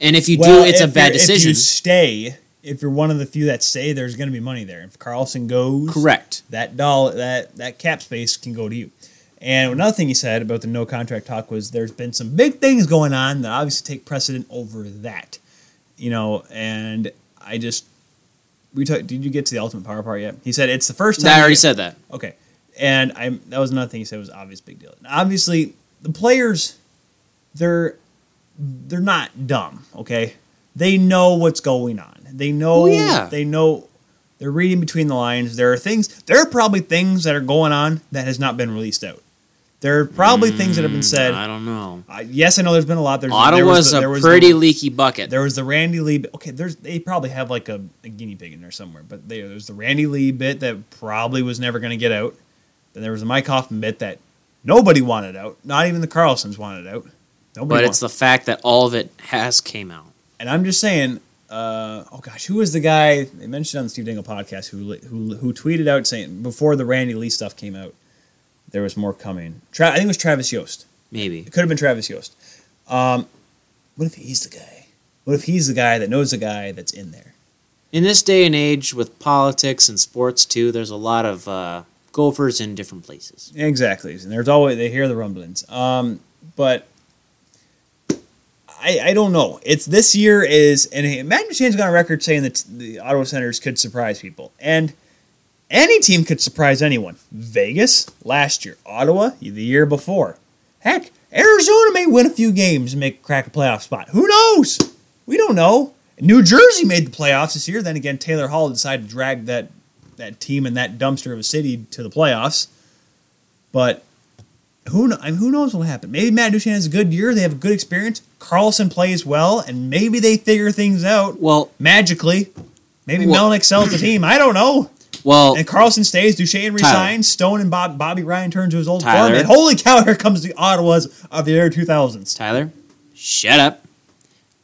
[SPEAKER 1] And if you
[SPEAKER 2] Well,
[SPEAKER 1] do, it's a
[SPEAKER 2] if
[SPEAKER 1] bad
[SPEAKER 2] you're- If
[SPEAKER 1] decision.
[SPEAKER 2] you stay, if you're one of the few that stay, there's going to be money there. If Carlson goes,
[SPEAKER 1] Correct.
[SPEAKER 2] that doll that that cap space can go to you. And another thing he said about the no contract talk was there's been some big things going on that obviously take precedent over that, you know. And I just we talk, did you get to the ultimate power part yet? He said it's the first time
[SPEAKER 1] I already said that.
[SPEAKER 2] Okay, and I am that was another thing he said was obvious big deal. And obviously, the players, they're they're not dumb. Okay, they know what's going on. They know.
[SPEAKER 1] Oh, yeah.
[SPEAKER 2] They know. They're reading between the lines. There are things. There are probably things that are going on that has not been released out. There are probably things that have been said.
[SPEAKER 1] Mm, I don't know.
[SPEAKER 2] Uh, yes, I know there's been a lot. There's, there
[SPEAKER 1] Ottawa's
[SPEAKER 2] was the- there
[SPEAKER 1] a
[SPEAKER 2] was the-
[SPEAKER 1] pretty leaky bucket.
[SPEAKER 2] there was the Randy Lee. Bit. Okay, there's they probably have like a, a guinea pig in there somewhere, but there there's the Randy Lee bit that probably was never going to get out. Then there was the Mike Hoffman bit that nobody wanted out. Not even the Carlsons wanted out. Nobody.
[SPEAKER 1] but
[SPEAKER 2] wanted.
[SPEAKER 1] it's the fact that all of it has came out.
[SPEAKER 2] and I'm just saying. Uh, oh gosh, who was the guy they mentioned on the Steve Dingle podcast who li- who who tweeted out saying before the Randy Lee stuff came out, there was more coming. Tra- I think it was Travis Yost.
[SPEAKER 1] Maybe.
[SPEAKER 2] It could have been Travis Yost. Um, what if he's the guy? What if he's the guy that knows the guy that's in there?
[SPEAKER 1] In this day and age, with politics and sports too, there's a lot of uh, gophers in different places.
[SPEAKER 2] Exactly, and there's always they hear the rumblings. Um, but I I don't know. It's this year is and Matt McShane's got a record saying that the Ottawa Senators could surprise people, and any team could surprise anyone. Vegas last year, Ottawa the year before, heck, Arizona may win a few games and make crack a playoff spot. Who knows? We don't know. New Jersey made the playoffs this year. Then again, Taylor Hall decided to drag that that team in that dumpster of a city to the playoffs. But who kn- I mean, who knows what will happen? Maybe Matt Duchene has a good year. They have a good experience. Carlson plays well, and maybe they figure things out
[SPEAKER 1] Well,
[SPEAKER 2] magically. Maybe
[SPEAKER 1] Well-
[SPEAKER 2] Melnick sells the team. I don't know.
[SPEAKER 1] well,
[SPEAKER 2] And Carlson stays. Duchene resigns. Stone and Bob, Bobby Ryan turns to his old
[SPEAKER 1] Tyler.
[SPEAKER 2] form. And holy cow, here comes the Ottawas of the year 2000s.
[SPEAKER 1] Tyler, shut up.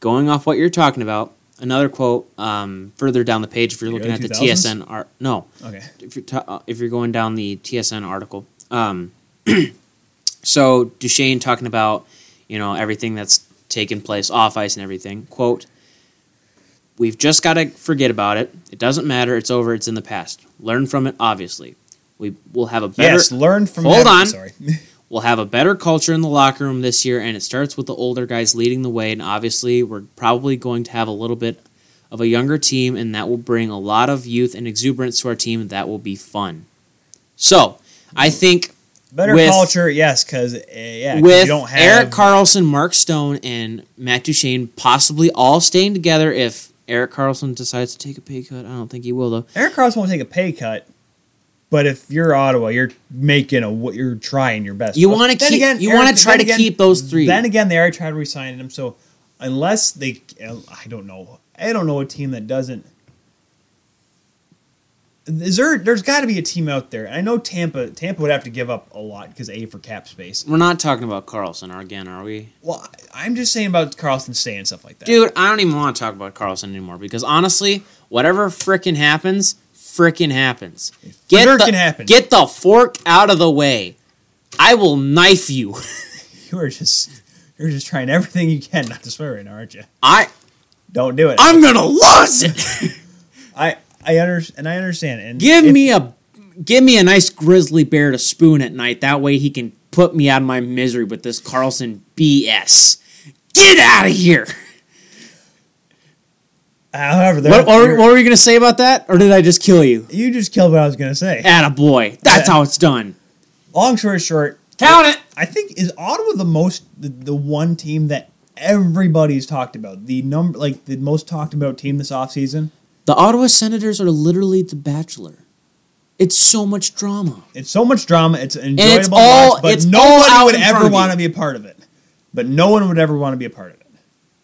[SPEAKER 1] Going off what you're talking about, another quote um, further down the page if you're
[SPEAKER 2] The
[SPEAKER 1] looking at the
[SPEAKER 2] 2000s?
[SPEAKER 1] TSN art. No,
[SPEAKER 2] Okay.
[SPEAKER 1] if you're ta- uh, if you're going down the TSN article. Um, so Duchesne talking about you know everything that's taken place off ice and everything. Quote: We've just got to forget about it. It doesn't matter. It's over. It's in the past. Learn from it. Obviously, we will have a better
[SPEAKER 2] Yes, learn from
[SPEAKER 1] Hold
[SPEAKER 2] that-
[SPEAKER 1] on.
[SPEAKER 2] Sorry.
[SPEAKER 1] We'll have a better culture in the locker room this year, and it starts with the older guys leading the way. And obviously, we're probably going to have a little bit of a younger team, and that will bring a lot of youth and exuberance to our team. and That will be fun. So, I think
[SPEAKER 2] Better
[SPEAKER 1] With-
[SPEAKER 2] culture, yes, because uh, yeah, 'cause
[SPEAKER 1] with
[SPEAKER 2] you don't have
[SPEAKER 1] Eric Carlson, Mark Stone, and Matt Duchene possibly all staying together, if Eric Carlson decides to take a pay cut, I don't think he will though.
[SPEAKER 2] Eric Carlson won't take a pay cut, but if you're Ottawa, you're making a what you're trying your best.
[SPEAKER 1] You
[SPEAKER 2] Well,
[SPEAKER 1] wanna
[SPEAKER 2] then
[SPEAKER 1] keep- you
[SPEAKER 2] Eric-
[SPEAKER 1] wanna
[SPEAKER 2] then
[SPEAKER 1] try to keep those three.
[SPEAKER 2] Then again, they already tried to resign him, so unless they, I don't know, I don't know a team that doesn't. Is there? There's got to be a team out there. I know Tampa. Tampa would have to give up a lot because a for cap space.
[SPEAKER 1] We're not talking about Carlson again, are we?
[SPEAKER 2] Well, I- I'm just saying about Carlson staying and stuff like that.
[SPEAKER 1] Dude, I don't even want to talk about Carlson anymore because honestly, whatever frickin' happens, frickin' happens. Get
[SPEAKER 2] frickin'
[SPEAKER 1] the,
[SPEAKER 2] happens.
[SPEAKER 1] Get the fork out of the way. I will knife you.
[SPEAKER 2] you are just you're just trying everything you can not to swear right now, aren't you?
[SPEAKER 1] I
[SPEAKER 2] Don't do it.
[SPEAKER 1] I'm gonna lose it.
[SPEAKER 2] I I under, and I understand. And
[SPEAKER 1] give
[SPEAKER 2] if-
[SPEAKER 1] me a give me a nice grizzly bear to spoon at night. That way he can put me out of my misery with this Carlson BS. Get out of here.
[SPEAKER 2] However, there,
[SPEAKER 1] What, what, were-
[SPEAKER 2] you're-
[SPEAKER 1] what were you gonna say about that? Or did I just kill you?
[SPEAKER 2] you just killed what I was gonna say.
[SPEAKER 1] Attaboy. That's
[SPEAKER 2] Yeah.
[SPEAKER 1] how it's done.
[SPEAKER 2] Long story short,
[SPEAKER 1] Count it.
[SPEAKER 2] I think is Ottawa the most the, the one team that everybody's talked about. The number like the most talked about team this offseason.
[SPEAKER 1] The Ottawa Senators are literally The Bachelor. It's so much drama.
[SPEAKER 2] It's so much drama. It's enjoyable,
[SPEAKER 1] it's
[SPEAKER 2] to
[SPEAKER 1] all-
[SPEAKER 2] watch, but
[SPEAKER 1] it's
[SPEAKER 2] no
[SPEAKER 1] all
[SPEAKER 2] one
[SPEAKER 1] out
[SPEAKER 2] would
[SPEAKER 1] in front
[SPEAKER 2] ever
[SPEAKER 1] of you.
[SPEAKER 2] want to be a part of it. But no one would ever want to be a part of it.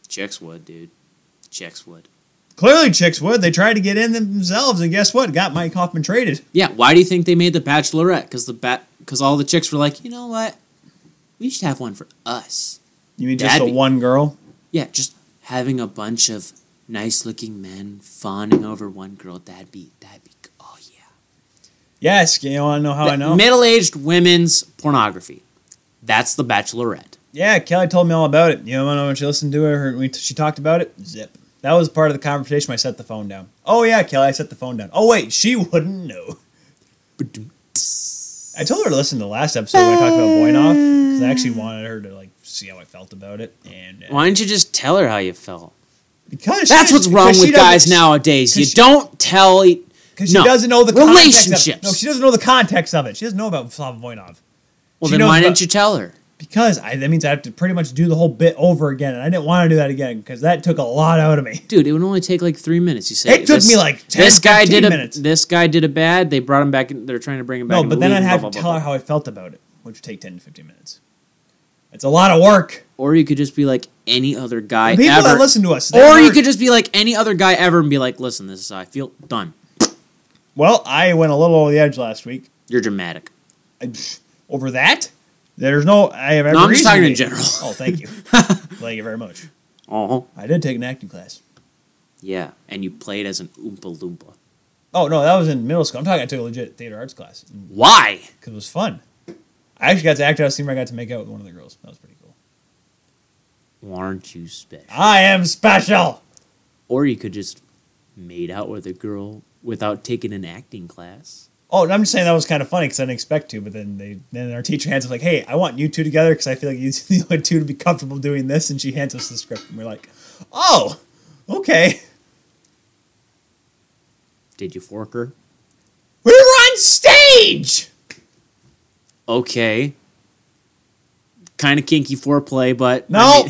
[SPEAKER 1] Chicks would, dude. Chicks would.
[SPEAKER 2] Clearly, chicks would. They tried to get in themselves, and guess what? Got Mike Hoffman traded.
[SPEAKER 1] Yeah. Why do you think they made The Bachelorette? Because the bat, because all the chicks were like, you know what? We should have one for us.
[SPEAKER 2] You mean just
[SPEAKER 1] That'd
[SPEAKER 2] the
[SPEAKER 1] be-
[SPEAKER 2] one girl?
[SPEAKER 1] Yeah, just having a bunch of nice-looking men fawning over one girl. That'd be that'd be. Oh yeah.
[SPEAKER 2] Yes. You want to know how Oh, I
[SPEAKER 1] The
[SPEAKER 2] know?
[SPEAKER 1] Middle-aged women's pornography. That's The Bachelorette.
[SPEAKER 2] Yeah, Kelly told me all about it. You know, when she listened to it, her, when she talked about it, zip. That was part of the conversation when I set the phone down. Oh, yeah, Kelly, I set the phone down. Oh, wait, she wouldn't know. I told her to listen to the last episode when I talked about Boynoff because I actually wanted her to, like, see how I felt about it. And uh,
[SPEAKER 1] Why didn't you just tell her how you felt?
[SPEAKER 2] because she
[SPEAKER 1] That's
[SPEAKER 2] doesn't-
[SPEAKER 1] what's wrong
[SPEAKER 2] because she
[SPEAKER 1] with guys
[SPEAKER 2] doesn't-
[SPEAKER 1] nowadays.
[SPEAKER 2] 'cause
[SPEAKER 1] You
[SPEAKER 2] she-
[SPEAKER 1] don't tell. e-
[SPEAKER 2] Because she
[SPEAKER 1] No.
[SPEAKER 2] doesn't know the Context
[SPEAKER 1] Relationships.
[SPEAKER 2] of, no, she doesn't know the context of it. She doesn't know about Slava Boynoff.
[SPEAKER 1] Well,
[SPEAKER 2] She
[SPEAKER 1] then
[SPEAKER 2] knows
[SPEAKER 1] why
[SPEAKER 2] about-
[SPEAKER 1] didn't you tell her?
[SPEAKER 2] Because I, that means I have to pretty much do the whole bit over again. And I didn't want to do that again because that took a lot out of me.
[SPEAKER 1] Dude, it would only take like three minutes. You say
[SPEAKER 2] It took me, like, 10,
[SPEAKER 1] this guy
[SPEAKER 2] 15
[SPEAKER 1] did a
[SPEAKER 2] minutes.
[SPEAKER 1] this guy did a bad. They brought him back. in They're trying to bring him back.
[SPEAKER 2] No,
[SPEAKER 1] in
[SPEAKER 2] but
[SPEAKER 1] the
[SPEAKER 2] then
[SPEAKER 1] league,
[SPEAKER 2] I'd
[SPEAKER 1] blah,
[SPEAKER 2] have
[SPEAKER 1] blah,
[SPEAKER 2] to
[SPEAKER 1] blah,
[SPEAKER 2] tell her
[SPEAKER 1] blah.
[SPEAKER 2] how I felt about it, which would take 10 to 15 minutes. It's a lot of work.
[SPEAKER 1] Or you could just be like any other guy
[SPEAKER 2] The people
[SPEAKER 1] ever.
[SPEAKER 2] that listen to us. they
[SPEAKER 1] or you
[SPEAKER 2] aren't-
[SPEAKER 1] could just be like any other guy ever and be like, "Listen, this is how I feel. Done.
[SPEAKER 2] Well, I went a little over the edge last week.
[SPEAKER 1] You're dramatic."
[SPEAKER 2] I, psh, over that, there's no. I have every
[SPEAKER 1] I'm just
[SPEAKER 2] reason
[SPEAKER 1] talking
[SPEAKER 2] to-
[SPEAKER 1] in general.
[SPEAKER 2] Oh, thank you. thank you very much.
[SPEAKER 1] Oh,
[SPEAKER 2] I did take an acting class.
[SPEAKER 1] yeah. And you played as an oompa loompa.
[SPEAKER 2] Oh, no, that was in middle school. I'm talking, I took a legit theater arts class
[SPEAKER 1] Why?
[SPEAKER 2] because it was fun. I actually got to act out a scene where I got to make out with one of the girls. That was pretty cool.
[SPEAKER 1] Aren't you special?
[SPEAKER 2] I am special.
[SPEAKER 1] Or you could just made out with a girl without taking an acting class.
[SPEAKER 2] Oh, and I'm just saying that was kind of funny because I didn't expect to, but then they then our teacher hands us like, "Hey, I want you two together because I feel like you the only two to be comfortable doing this." And she hands us the script, and we're like, "Oh, okay,
[SPEAKER 1] Did you fork her?
[SPEAKER 2] we're on stage."
[SPEAKER 1] Okay. Kind of kinky foreplay, but I
[SPEAKER 2] No,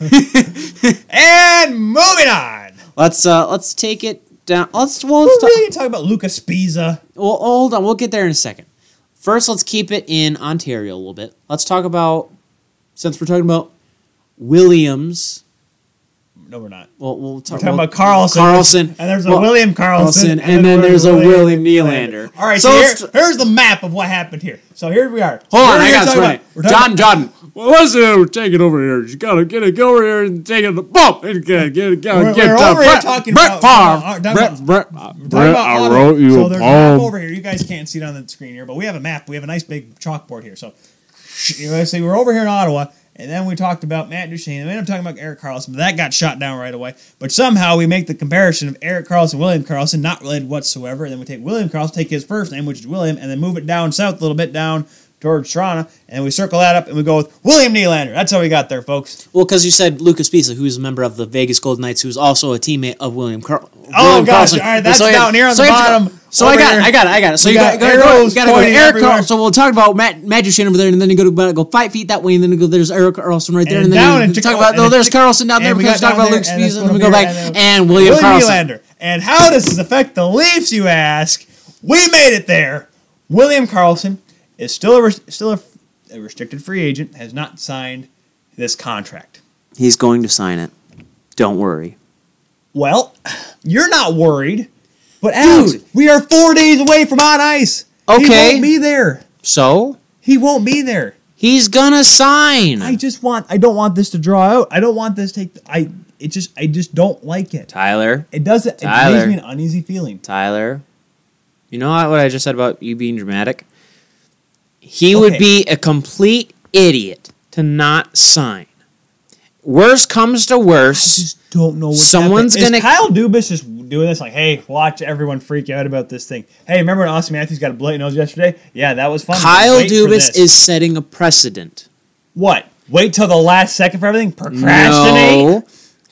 [SPEAKER 1] mean,
[SPEAKER 2] and moving on.
[SPEAKER 1] let's uh let's take it down. Let's well,
[SPEAKER 2] We're
[SPEAKER 1] let's ta-
[SPEAKER 2] really gonna talk about Luca Spiza.
[SPEAKER 1] well hold on. We'll get there in a second. First, let's keep it in Ontario a little bit. Let's talk about since we're talking about Williams.
[SPEAKER 2] No, we're not.
[SPEAKER 1] Well, we'll talk
[SPEAKER 2] We're talking about Carlson.
[SPEAKER 1] Carlson,
[SPEAKER 2] and there's a
[SPEAKER 1] Well,
[SPEAKER 2] William Carlson,
[SPEAKER 1] and, then there's a William Nylander.
[SPEAKER 2] All right, so,
[SPEAKER 1] so
[SPEAKER 2] here-
[SPEAKER 1] let's-
[SPEAKER 2] here's the map of what happened here. So here we are.
[SPEAKER 1] Hold
[SPEAKER 2] Here
[SPEAKER 1] on,
[SPEAKER 2] we
[SPEAKER 1] I
[SPEAKER 2] are
[SPEAKER 1] got this
[SPEAKER 2] talking
[SPEAKER 1] right.
[SPEAKER 2] about- we're talking
[SPEAKER 1] John, John. Well, let's uh, take it over here. You gotta get it, go over here and take it the bump and get get get
[SPEAKER 2] We're-
[SPEAKER 1] get
[SPEAKER 2] we're
[SPEAKER 1] the
[SPEAKER 2] over here
[SPEAKER 1] Brett-
[SPEAKER 2] talking
[SPEAKER 1] Brett Favre.
[SPEAKER 2] about-
[SPEAKER 1] Brett,
[SPEAKER 2] talking about-
[SPEAKER 1] Brett, Brett,
[SPEAKER 2] Talking about
[SPEAKER 1] I
[SPEAKER 2] audio.
[SPEAKER 1] wrote you
[SPEAKER 2] so
[SPEAKER 1] a
[SPEAKER 2] there's a map
[SPEAKER 1] poem.
[SPEAKER 2] over here. You guys can't see it on the screen here, but we have a map. We have a nice big chalkboard here. So, you know, so we're over here in Ottawa, and then we talked about Matt Duchene, and then I'm talking about Eric Carlson, but that got shot down right away. But somehow we make the comparison of Eric Carlson, William Carlson, not related whatsoever. And then we take William Carlson, take his first name, which is William, and then move it down south a little bit down towards Toronto, and then we circle that up and we go with William Nylander. That's how we got there, folks.
[SPEAKER 1] Well, because you said Lucas Pisa, who's a member of the Vegas Golden Knights, who's also a teammate of William Carl.
[SPEAKER 2] Oh,
[SPEAKER 1] William
[SPEAKER 2] gosh.
[SPEAKER 1] Carlson.
[SPEAKER 2] All right, that's
[SPEAKER 1] I-
[SPEAKER 2] down here on
[SPEAKER 1] so
[SPEAKER 2] the
[SPEAKER 1] I have to-
[SPEAKER 2] bottom.
[SPEAKER 1] So I
[SPEAKER 2] Over
[SPEAKER 1] got,
[SPEAKER 2] here.
[SPEAKER 1] it, I got, it, I got it. So
[SPEAKER 2] We
[SPEAKER 1] you got,
[SPEAKER 2] got
[SPEAKER 1] gotta go, you gotta
[SPEAKER 2] arrows
[SPEAKER 1] go to
[SPEAKER 2] pointing
[SPEAKER 1] Eric
[SPEAKER 2] everywhere.
[SPEAKER 1] Carlson. So we'll talk about Matt Magician over there, and then you go to about go five feet that way, and then you go there's Eric Carlson right there,
[SPEAKER 2] And
[SPEAKER 1] and,
[SPEAKER 2] down
[SPEAKER 1] then
[SPEAKER 2] in
[SPEAKER 1] you
[SPEAKER 2] Chick-
[SPEAKER 1] talk about
[SPEAKER 2] and
[SPEAKER 1] no,
[SPEAKER 2] in
[SPEAKER 1] there's
[SPEAKER 2] Chick-
[SPEAKER 1] Carlson down
[SPEAKER 2] and
[SPEAKER 1] there
[SPEAKER 2] we
[SPEAKER 1] because
[SPEAKER 2] got
[SPEAKER 1] talk
[SPEAKER 2] down
[SPEAKER 1] about
[SPEAKER 2] there,
[SPEAKER 1] Lucas
[SPEAKER 2] and that's
[SPEAKER 1] Pisa, and then we
[SPEAKER 2] gonna
[SPEAKER 1] go
[SPEAKER 2] be
[SPEAKER 1] back
[SPEAKER 2] right there.
[SPEAKER 1] and William
[SPEAKER 2] William
[SPEAKER 1] Carlson.
[SPEAKER 2] Nylander. And how does this affect the Leafs, you ask? We made it there. William Carlson is still a, res- still a, f- a restricted free agent, has not signed this contract.
[SPEAKER 1] He's going to sign it. Don't worry.
[SPEAKER 2] Well, you're not worried, but Alex,
[SPEAKER 1] Dude.
[SPEAKER 2] we are four days away from on ice. He
[SPEAKER 1] Okay.
[SPEAKER 2] won't be there.
[SPEAKER 1] So
[SPEAKER 2] He won't be there.
[SPEAKER 1] he's gonna sign.
[SPEAKER 2] I just want. I don't want this to draw out. I don't want this to take. I. It just. I just don't like it.
[SPEAKER 1] Tyler,
[SPEAKER 2] It doesn't. It
[SPEAKER 1] Tyler.
[SPEAKER 2] leaves me an uneasy feeling.
[SPEAKER 1] Tyler, you know what I just said about you being dramatic? He
[SPEAKER 2] Okay.
[SPEAKER 1] would be a complete idiot to not sign. Worse comes to
[SPEAKER 2] I
[SPEAKER 1] worse.
[SPEAKER 2] just don't know. What's
[SPEAKER 1] Someone's
[SPEAKER 2] happening.
[SPEAKER 1] gonna-
[SPEAKER 2] Is Kyle Dubas just doing this. Like, hey, watch everyone freak out about this thing. Hey, remember when Austin Matthews got a bloody nose yesterday? Yeah, that was fun.
[SPEAKER 1] Kyle
[SPEAKER 2] Wait for
[SPEAKER 1] Dubas
[SPEAKER 2] this.
[SPEAKER 1] is setting a precedent.
[SPEAKER 2] what? Wait till the last second for everything. Procrastinate.
[SPEAKER 1] No.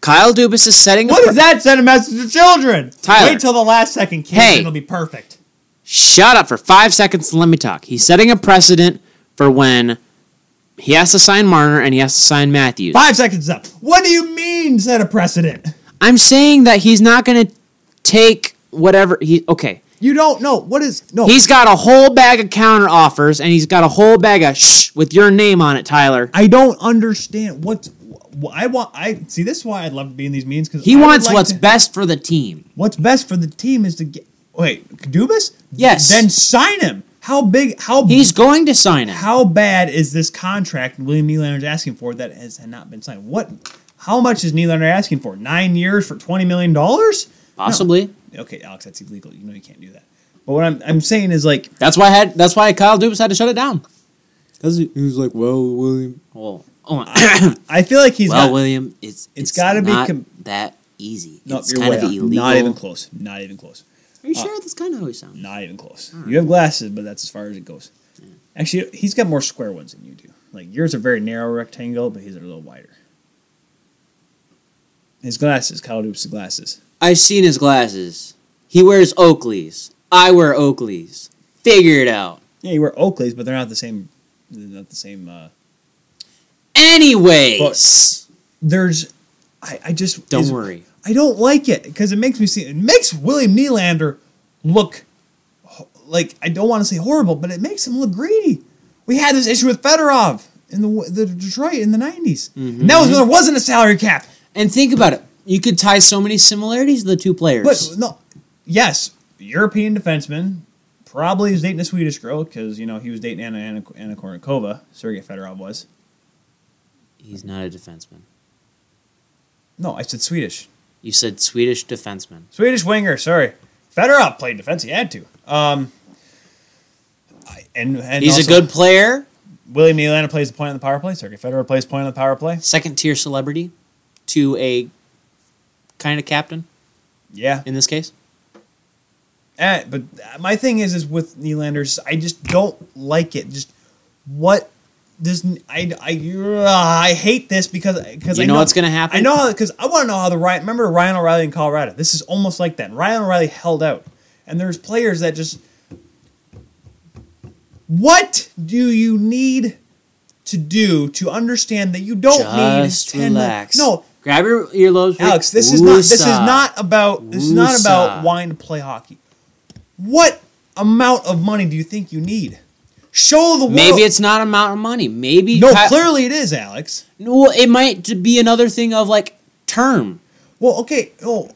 [SPEAKER 1] Kyle Dubas is setting
[SPEAKER 2] What
[SPEAKER 1] a
[SPEAKER 2] does that send a message to children?
[SPEAKER 1] Tyler.
[SPEAKER 2] Wait till the last second, kids,
[SPEAKER 1] Hey.
[SPEAKER 2] and it'll be perfect.
[SPEAKER 1] shut up for five seconds and let me talk. He's setting a precedent for when he has to sign Marner and he has to sign Matthews.
[SPEAKER 2] Five seconds is up. What do you mean set a precedent?
[SPEAKER 1] I'm saying that he's not going to take whatever he. Okay.
[SPEAKER 2] You don't know what is no.
[SPEAKER 1] He's got a whole bag of counter offers, and he's got a whole bag of shh with your name on it, Tyler.
[SPEAKER 2] I don't understand what I want. I see. This is why I'd love to be in these meetings because
[SPEAKER 1] He wants what's
[SPEAKER 2] best.
[SPEAKER 1] best for the team.
[SPEAKER 2] What's best for the team is to get wait Dubas.
[SPEAKER 1] Yes.
[SPEAKER 2] Then sign him. How big? How
[SPEAKER 1] He's going to sign it.
[SPEAKER 2] how bad is this contract William Nylander is asking for that has not been signed? What? How much is Nylander asking for? Nine years for twenty million dollars?
[SPEAKER 1] Possibly.
[SPEAKER 2] Okay, Alex, that's illegal. You know you can't do that. But what I'm I'm saying is like
[SPEAKER 1] That's why I had. That's why Kyle Dubas had to shut it down. Because he he was like, "Well, William." Well, oh,
[SPEAKER 2] I feel like he's
[SPEAKER 1] well,
[SPEAKER 2] got,
[SPEAKER 1] William. It's it's
[SPEAKER 2] it's gotta be
[SPEAKER 1] not
[SPEAKER 2] com-
[SPEAKER 1] that easy.
[SPEAKER 2] no,
[SPEAKER 1] it's
[SPEAKER 2] you're
[SPEAKER 1] kind
[SPEAKER 2] way
[SPEAKER 1] of
[SPEAKER 2] off.
[SPEAKER 1] illegal.
[SPEAKER 2] not even close. Not even close.
[SPEAKER 1] Are you sure that's kind of how he sounds?
[SPEAKER 2] Not even close. You have glasses, but that's as far as it goes. Actually, he's got more square ones than you do. Like yours are very narrow rectangle, but his are a little wider. His glasses, Kyle Dubas' glasses.
[SPEAKER 1] I've seen his glasses. He wears Oakleys. I wear Oakleys. Figure it out.
[SPEAKER 2] Yeah, you wear Oakleys, but they're not the same. They're not the same. Uh,
[SPEAKER 1] Anyways,
[SPEAKER 2] there's, I, I just
[SPEAKER 1] don't
[SPEAKER 2] is-
[SPEAKER 1] worry.
[SPEAKER 2] I don't like it because it makes me see. It makes William Nylander look ho- like I don't want to say horrible, but it makes him look greedy. We had this issue with Fedorov in the the Detroit in the 90s
[SPEAKER 1] Mm-hmm.
[SPEAKER 2] And that was when there wasn't a salary cap.
[SPEAKER 1] And think about it. You could tie so many similarities to the two players.
[SPEAKER 2] But no, yes, European defenseman. Probably is dating a Swedish girl because you know he was dating Anna Anna, Anna Kournikova. Sergei Fedorov was.
[SPEAKER 1] He's not a defenseman.
[SPEAKER 2] No, I said Swedish.
[SPEAKER 1] You said Swedish defenseman.
[SPEAKER 2] Swedish winger. Sorry, Fedorov played defense. He had to. Um, I- and, and
[SPEAKER 1] He's a
[SPEAKER 2] also-
[SPEAKER 1] good player.
[SPEAKER 2] William Nylander plays the point on the power play. Sergey Federer plays point on the power play.
[SPEAKER 1] Second tier celebrity to a kind of captain
[SPEAKER 2] Yeah.
[SPEAKER 1] in this case.
[SPEAKER 2] Eh, but my thing is, is with Nylander's, I just don't like it. Just what does I I, I hate this because because
[SPEAKER 1] You
[SPEAKER 2] I
[SPEAKER 1] know what's gonna happen?
[SPEAKER 2] I know because I want to know how the Ryan. Remember Ryan O'Reilly in Colorado. This is almost like that. Ryan O'Reilly held out, and there's players that just. What do you need to do to understand that you don't
[SPEAKER 1] Just
[SPEAKER 2] need ten?
[SPEAKER 1] relax.
[SPEAKER 2] No,
[SPEAKER 1] Grab your earlobes.
[SPEAKER 2] Alex, this is not this is
[SPEAKER 1] Woosah.
[SPEAKER 2] not about this is not
[SPEAKER 1] Woosah.
[SPEAKER 2] about wanting to play hockey. What amount of money do you think you need? Show the world.
[SPEAKER 1] Maybe it's not amount of money. Maybe
[SPEAKER 2] no.
[SPEAKER 1] Ky-
[SPEAKER 2] clearly, it is Alex.
[SPEAKER 1] Well, it might be another thing of like term
[SPEAKER 2] Well, okay. Oh,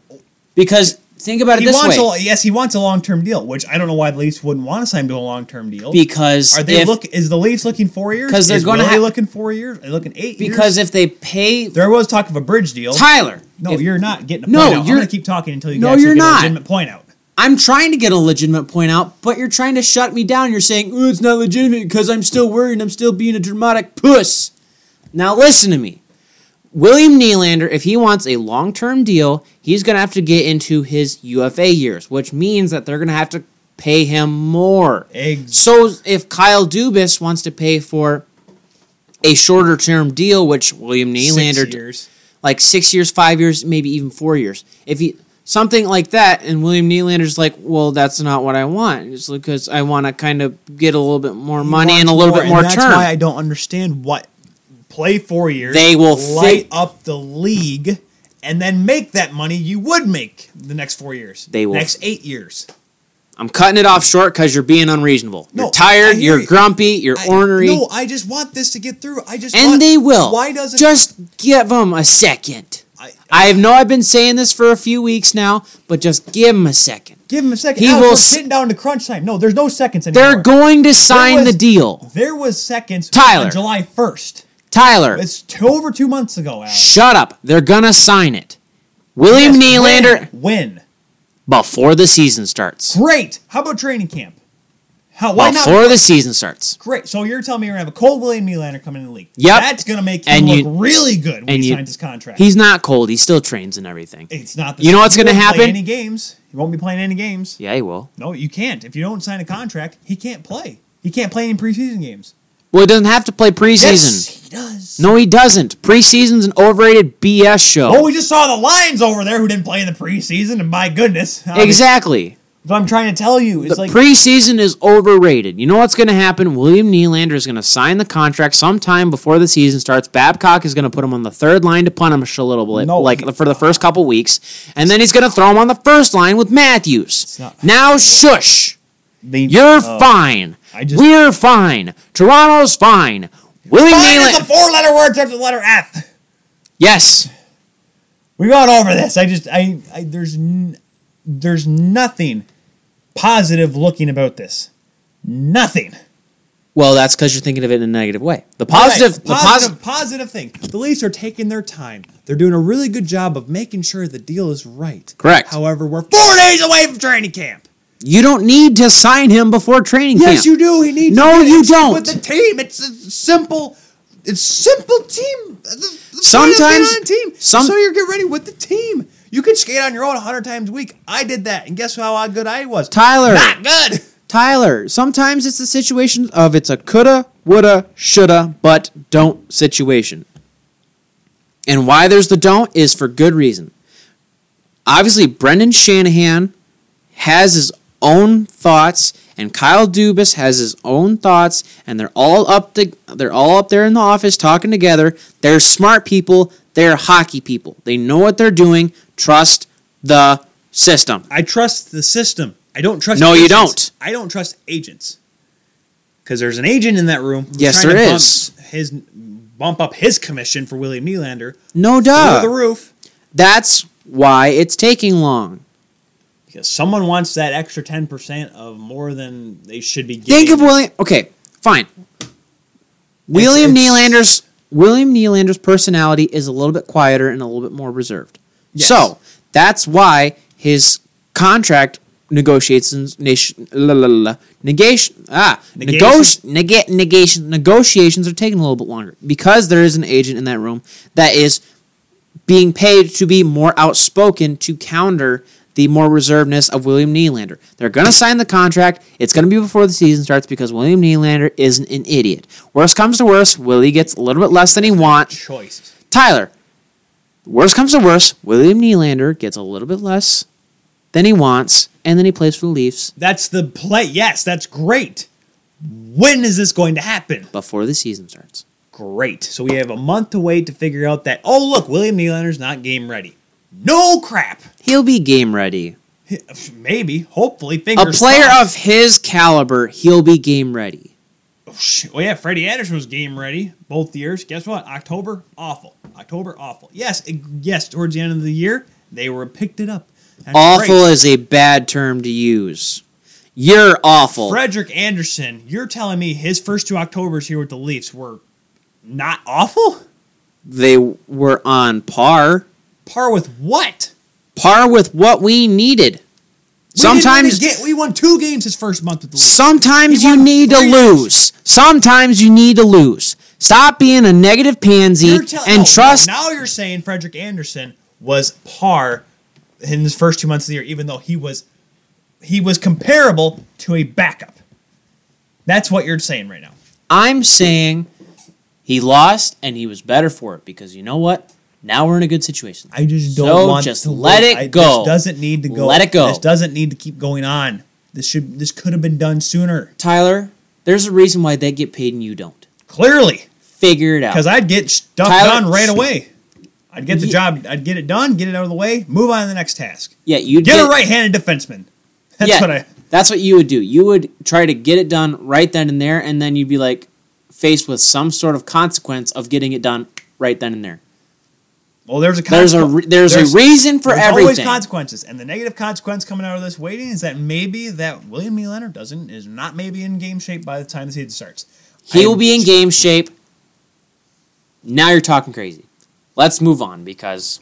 [SPEAKER 1] because think about it
[SPEAKER 2] he
[SPEAKER 1] this
[SPEAKER 2] wants
[SPEAKER 1] way.
[SPEAKER 2] a yes. He wants a long term deal, which I don't know why the Leafs wouldn't want to sign him to a long term deal.
[SPEAKER 1] because
[SPEAKER 2] Are they
[SPEAKER 1] if,
[SPEAKER 2] look? Is the Leafs looking four years?
[SPEAKER 1] 'Cause they're
[SPEAKER 2] Is
[SPEAKER 1] gonna
[SPEAKER 2] Willie
[SPEAKER 1] ha-
[SPEAKER 2] looking four years. Are they looking eight years?
[SPEAKER 1] because if they pay
[SPEAKER 2] there was talk of a bridge deal.
[SPEAKER 1] Tyler,
[SPEAKER 2] no,
[SPEAKER 1] if-
[SPEAKER 2] you're not getting a
[SPEAKER 1] No,
[SPEAKER 2] point out.
[SPEAKER 1] you're-
[SPEAKER 2] I'm gonna keep talking until you
[SPEAKER 1] No,
[SPEAKER 2] get actually
[SPEAKER 1] you're
[SPEAKER 2] get
[SPEAKER 1] not.
[SPEAKER 2] a legitimate point out.
[SPEAKER 1] I'm trying to get a legitimate point out, but you're trying to shut me down. You're saying, "Oh, it's not legitimate because I'm still worried. I'm still being a dramatic puss." Now listen to me. William Nylander, if he wants a long-term deal, he's going to have to get into his UFA years, which means that they're going to have to pay him more.
[SPEAKER 2] Eggs.
[SPEAKER 1] So if Kyle Dubas wants to pay for a shorter-term deal, which William Nylander
[SPEAKER 2] six years.
[SPEAKER 1] like six years, five years, maybe even four years. If he something like that, and William Nylander's like, well, that's not what I want. It's because I want to kind of get a little bit more money and a
[SPEAKER 2] wants
[SPEAKER 1] little bit more
[SPEAKER 2] and That's why
[SPEAKER 1] term.
[SPEAKER 2] I don't understand what play four years.
[SPEAKER 1] They will
[SPEAKER 2] light
[SPEAKER 1] fit-
[SPEAKER 2] up the league and then make that money you would make the next four years.
[SPEAKER 1] They will-
[SPEAKER 2] next eight years.
[SPEAKER 1] I'm cutting it off short because you're being unreasonable.
[SPEAKER 2] No,
[SPEAKER 1] you're
[SPEAKER 2] I
[SPEAKER 1] tired.
[SPEAKER 2] hear
[SPEAKER 1] You're
[SPEAKER 2] you.
[SPEAKER 1] grumpy. You're
[SPEAKER 2] I-
[SPEAKER 1] ornery.
[SPEAKER 2] no, I just want this to get through. I just
[SPEAKER 1] e- and
[SPEAKER 2] want-
[SPEAKER 1] they will.
[SPEAKER 2] Why doesn't
[SPEAKER 1] just give them a second?
[SPEAKER 2] I,
[SPEAKER 1] I know I've been saying this for a few weeks now, but just give them a second.
[SPEAKER 2] give him a second?
[SPEAKER 1] He
[SPEAKER 2] Alex,
[SPEAKER 1] will
[SPEAKER 2] we're
[SPEAKER 1] s-
[SPEAKER 2] getting down to crunch time. No, there's no seconds anymore.
[SPEAKER 1] They're going to sign
[SPEAKER 2] was-
[SPEAKER 1] the deal,
[SPEAKER 2] there was seconds.
[SPEAKER 1] Tyler.
[SPEAKER 2] on July first.
[SPEAKER 1] Tyler.
[SPEAKER 2] It's two, over two months ago. Alex.
[SPEAKER 1] Shut up. They're gonna sign it. William
[SPEAKER 2] Yes,
[SPEAKER 1] Nylander.
[SPEAKER 2] When? when?
[SPEAKER 1] before the season starts.
[SPEAKER 2] Great. How about training camp? How? Why not?
[SPEAKER 1] before the season starts.
[SPEAKER 2] Great. So you're telling me we're gonna have a cold William Nylander coming in the league?
[SPEAKER 1] Yep.
[SPEAKER 2] That's gonna make him
[SPEAKER 1] And
[SPEAKER 2] look
[SPEAKER 1] you-
[SPEAKER 2] really good when
[SPEAKER 1] and
[SPEAKER 2] he
[SPEAKER 1] you-
[SPEAKER 2] signs his contract.
[SPEAKER 1] He's not cold. He still trains and everything.
[SPEAKER 2] it's not. The
[SPEAKER 1] You know
[SPEAKER 2] same.
[SPEAKER 1] what's
[SPEAKER 2] He
[SPEAKER 1] gonna
[SPEAKER 2] won't play
[SPEAKER 1] happen?
[SPEAKER 2] Any games? He won't be playing any games.
[SPEAKER 1] Yeah, he will.
[SPEAKER 2] No, you can't. If you don't sign a contract, he can't play. He can't play any preseason games.
[SPEAKER 1] Well, he doesn't have to play preseason.
[SPEAKER 2] Yes, he does.
[SPEAKER 1] No, he doesn't. Preseason's an overrated BS show.
[SPEAKER 2] Oh, we just saw the Lions over there who didn't play in the preseason, and my goodness, I mean,
[SPEAKER 1] exactly.
[SPEAKER 2] What I'm trying to tell you is
[SPEAKER 1] The
[SPEAKER 2] like
[SPEAKER 1] preseason is overrated. You know what's going to happen? William Nylander is going to sign the contract sometime before the season starts. Babcock is going to put him on the third line to punish a little bit,
[SPEAKER 2] No,
[SPEAKER 1] like
[SPEAKER 2] he-
[SPEAKER 1] for the first couple weeks, and then he's going to throw him on the first line with Matthews.
[SPEAKER 2] not-
[SPEAKER 1] now, shush.
[SPEAKER 2] the,
[SPEAKER 1] You're
[SPEAKER 2] uh,
[SPEAKER 1] fine.
[SPEAKER 2] I just-
[SPEAKER 1] We're fine. Toronto's fine. William
[SPEAKER 2] Fine
[SPEAKER 1] Nylander.
[SPEAKER 2] is the four-letter word after the letter F.
[SPEAKER 1] yes.
[SPEAKER 2] We've gone over this. I just, I, I there's, n- there's nothing positive looking about this. Nothing.
[SPEAKER 1] Well, that's because you're thinking of it in a negative way. The positive,
[SPEAKER 2] Right.
[SPEAKER 1] the
[SPEAKER 2] positive,
[SPEAKER 1] positive.
[SPEAKER 2] positive thing. The Leafs are taking their time. They're doing a really good job of making sure the deal is right.
[SPEAKER 1] Correct.
[SPEAKER 2] However, we're four days away from training camp.
[SPEAKER 1] You don't need to sign him before training
[SPEAKER 2] Yes,
[SPEAKER 1] camp.
[SPEAKER 2] you do. He needs.
[SPEAKER 1] No,
[SPEAKER 2] to get
[SPEAKER 1] you
[SPEAKER 2] in
[SPEAKER 1] don't.
[SPEAKER 2] With the team, it's a simple. It's simple team. The- the point of being
[SPEAKER 1] Sometimes-
[SPEAKER 2] on a team.
[SPEAKER 1] some-
[SPEAKER 2] so you're getting ready with the team. You can skate on your own hundred times a week. I did that, and guess how good I was?
[SPEAKER 1] Tyler.
[SPEAKER 2] Not good.
[SPEAKER 1] Tyler, sometimes it's the situation of it's a coulda, woulda, shoulda, but don't situation. And why there's the don't is for good reason. Obviously, Brendan Shanahan has his own thoughts, and Kyle Dubas has his own thoughts, and they're all up to, they're all up there in the office talking together. They're smart people. They're hockey people. They know what they're doing. Trust the system.
[SPEAKER 2] I trust the system. I don't trust.
[SPEAKER 1] No, you don't.
[SPEAKER 2] agents. I don't trust agents because there's an agent in that room. who's
[SPEAKER 1] Yes,
[SPEAKER 2] trying
[SPEAKER 1] there
[SPEAKER 2] to bump
[SPEAKER 1] is.
[SPEAKER 2] His bump up his commission for William Nylander
[SPEAKER 1] No
[SPEAKER 2] over
[SPEAKER 1] doubt.
[SPEAKER 2] the roof
[SPEAKER 1] That's why it's taking long.
[SPEAKER 2] because someone wants that extra ten percent of more than they should be. Getting.
[SPEAKER 1] Think of William. Okay, fine. William
[SPEAKER 2] it's-
[SPEAKER 1] Nylander's William Nylander's personality is a little bit quieter and a little bit more reserved.
[SPEAKER 2] Yes.
[SPEAKER 1] So that's why his contract negotiations nation la, la, la, la, negation ah negos,
[SPEAKER 2] Negation.
[SPEAKER 1] nega, negation negotiations are taking a little bit longer because there is an agent in that room that is being paid to be more outspoken to counter the more reservedness of William Nylander. They're going to sign the contract. It's going to be before the season starts because William Nylander isn't an idiot. Worst comes to worst, Willie gets a little bit less than he wants.
[SPEAKER 2] Choice.
[SPEAKER 1] Tyler, worst comes to worst, William Nylander gets a little bit less than he wants, and then he plays for the Leafs
[SPEAKER 2] That's the play. Yes, that's great. When is this going to happen?
[SPEAKER 1] before the season starts.
[SPEAKER 2] Great. So we have a month to wait to figure out that. Oh, look, William Nylander's not game ready. No crap.
[SPEAKER 1] He'll be game ready.
[SPEAKER 2] Maybe, hopefully,
[SPEAKER 1] A
[SPEAKER 2] fingers.
[SPEAKER 1] player of
[SPEAKER 2] crossed.
[SPEAKER 1] his caliber, he'll be game ready.
[SPEAKER 2] Oh, shit. Well, yeah, Freddie Anderson was game ready both years. Guess what? October, awful. October, awful. Yes, it- yes. Towards the end of the year, they were picked it up. That's
[SPEAKER 1] Awful
[SPEAKER 2] great.
[SPEAKER 1] is a bad term to use. You're awful.
[SPEAKER 2] Frederick Anderson, you're telling me his first two Octobers here with the Leafs were not awful?
[SPEAKER 1] they were on par.
[SPEAKER 2] Par with what?
[SPEAKER 1] Par with what we needed.
[SPEAKER 2] We didn't
[SPEAKER 1] sometimes
[SPEAKER 2] even get, we won two games his first month with the Leafs.
[SPEAKER 1] sometimes
[SPEAKER 2] He
[SPEAKER 1] you
[SPEAKER 2] won
[SPEAKER 1] need to
[SPEAKER 2] three years.
[SPEAKER 1] lose. Sometimes you need to lose. Stop being a negative pansy
[SPEAKER 2] You're tell-
[SPEAKER 1] and
[SPEAKER 2] no,
[SPEAKER 1] trust
[SPEAKER 2] Now you're saying Frederick Anderson was par in his first two months of the year, even though he was he was comparable to a backup. That's what you're saying right now.
[SPEAKER 1] I'm saying he lost and he was better for it because you know what? Now we're in a good situation.
[SPEAKER 2] I just don't
[SPEAKER 1] So
[SPEAKER 2] want
[SPEAKER 1] just
[SPEAKER 2] to
[SPEAKER 1] let
[SPEAKER 2] lose.
[SPEAKER 1] it
[SPEAKER 2] I-
[SPEAKER 1] go.
[SPEAKER 2] This doesn't need to go.
[SPEAKER 1] Let it go.
[SPEAKER 2] This doesn't need to keep going on. This should this could have been done sooner.
[SPEAKER 1] Tyler, there's a reason why they get paid and you don't.
[SPEAKER 2] Clearly.
[SPEAKER 1] Figure it out.
[SPEAKER 2] Because I'd get stuff
[SPEAKER 1] Tyler-
[SPEAKER 2] done right away. I'd get the
[SPEAKER 1] Ye-
[SPEAKER 2] job. I'd get it done. Get it out of the way. Move on to the next task.
[SPEAKER 1] yeah, you
[SPEAKER 2] Get a right-handed defenseman. That's
[SPEAKER 1] yeah,
[SPEAKER 2] what I.
[SPEAKER 1] That's what you would do. You would try to get it done right then and there, and then you'd be like faced with some sort of consequence of getting it done right then and there.
[SPEAKER 2] Well, there's a
[SPEAKER 1] There's a
[SPEAKER 2] consequ-
[SPEAKER 1] re- there's, a reason for
[SPEAKER 2] there's always
[SPEAKER 1] everything.
[SPEAKER 2] consequences, and the negative consequence coming out of this waiting is that maybe that William E. Leonard doesn't is not maybe in game shape by the time the season starts.
[SPEAKER 1] he will
[SPEAKER 2] I-
[SPEAKER 1] be in game shape. Now you're talking crazy. Let's move on because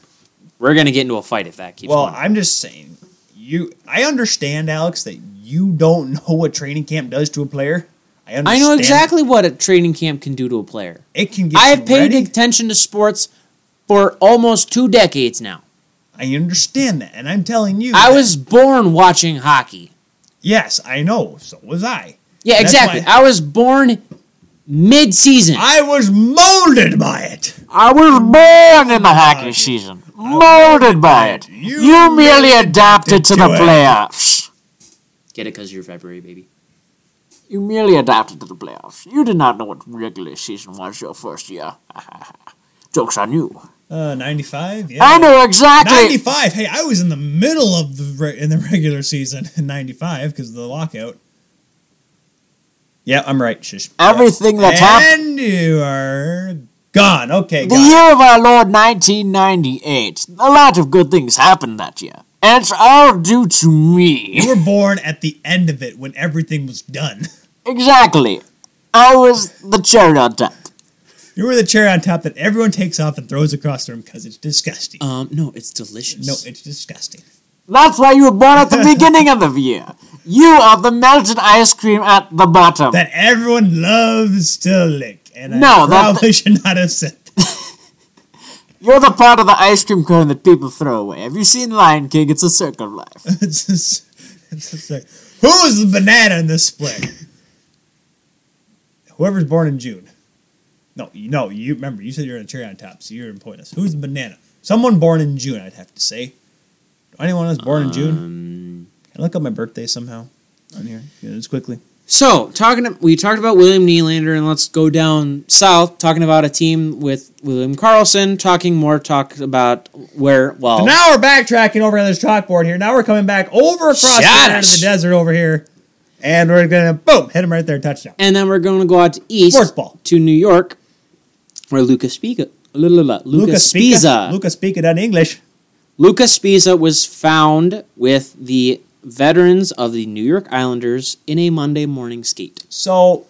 [SPEAKER 1] we're gonna get into a fight if that keeps
[SPEAKER 2] Well,
[SPEAKER 1] going.
[SPEAKER 2] I'm just saying, you. I understand, Alex, that you don't know what training camp does to a player. I
[SPEAKER 1] I
[SPEAKER 2] understand.
[SPEAKER 1] know exactly what a training camp can do to a player.
[SPEAKER 2] It can. Get
[SPEAKER 1] I
[SPEAKER 2] you
[SPEAKER 1] have paid
[SPEAKER 2] ready.
[SPEAKER 1] attention to sports for almost two decades now.
[SPEAKER 2] I understand that, and I'm telling you,
[SPEAKER 1] I
[SPEAKER 2] that-
[SPEAKER 1] was born watching hockey.
[SPEAKER 2] Yes, I know. So was I.
[SPEAKER 1] Yeah,
[SPEAKER 2] That's
[SPEAKER 1] exactly.
[SPEAKER 2] why-
[SPEAKER 1] I was born mid-season. I,
[SPEAKER 2] I was molded by it.
[SPEAKER 1] was born in the
[SPEAKER 2] hockey
[SPEAKER 1] season, molded by it.
[SPEAKER 2] You You merely merely adapted adapted to the to it.
[SPEAKER 1] playoffs. Get it? Because you're February, baby. You merely adapted to the playoffs. You did not know what regular season was your first year. Joke's on you.
[SPEAKER 2] Uh, 95. Yeah.
[SPEAKER 1] I know exactly.
[SPEAKER 2] 95. Hey, I was in the middle of the re- in the regular season in 95 because of the lockout. Yeah, I'm right. Shish.
[SPEAKER 1] Everything that happened.
[SPEAKER 2] And you are gone. Okay,
[SPEAKER 1] The
[SPEAKER 2] got it.
[SPEAKER 1] year of our Lord 1998. A lot of good things happened that year. And it's all due to me.
[SPEAKER 2] You were born at the end of it when everything was done.
[SPEAKER 1] Exactly. I was the cherry on top.
[SPEAKER 2] You were the cherry on top that everyone takes off and throws across the room because it's disgusting.
[SPEAKER 1] Um, no, it's delicious.
[SPEAKER 2] no, it's disgusting.
[SPEAKER 1] That's why you were born at the beginning of the year. You are the melted ice cream at the bottom.
[SPEAKER 2] That everyone loves to lick. And
[SPEAKER 1] No,
[SPEAKER 2] I
[SPEAKER 1] that-
[SPEAKER 2] probably should not have said that.
[SPEAKER 1] You're the part of the ice cream cone that people throw away. Have you seen Lion King? It's a circle of life.
[SPEAKER 2] It's just- it's just like, who was the banana in this split? Whoever's born in June. No, you- no, you remember you said you're in a cherry on top, so you're in pointless. Who's the banana? Someone born in June, I'd have to say. Anyone else born in June?
[SPEAKER 1] Um,
[SPEAKER 2] Can I look up my birthday somehow on here? Yeah, just quickly.
[SPEAKER 1] So talking, to, we talked about William Nylander, and let's go down south. Talking about a team with William Carlson. Talking more talk about where well
[SPEAKER 2] So now we're backtracking over on this chalkboard here. Now we're coming back over across the
[SPEAKER 1] Shot
[SPEAKER 2] end of
[SPEAKER 1] us.
[SPEAKER 2] the desert over here, and we're gonna boom hit him right there, touchdown.
[SPEAKER 1] And then we're going to go out to east
[SPEAKER 2] Sports ball.
[SPEAKER 1] to New York, where Lucas Spica, la, la, la, Lucas Spica,
[SPEAKER 2] Lucas Spica done English.
[SPEAKER 1] Lucas Spica was found with the veterans of the New York Islanders in a Monday morning skate.
[SPEAKER 2] So,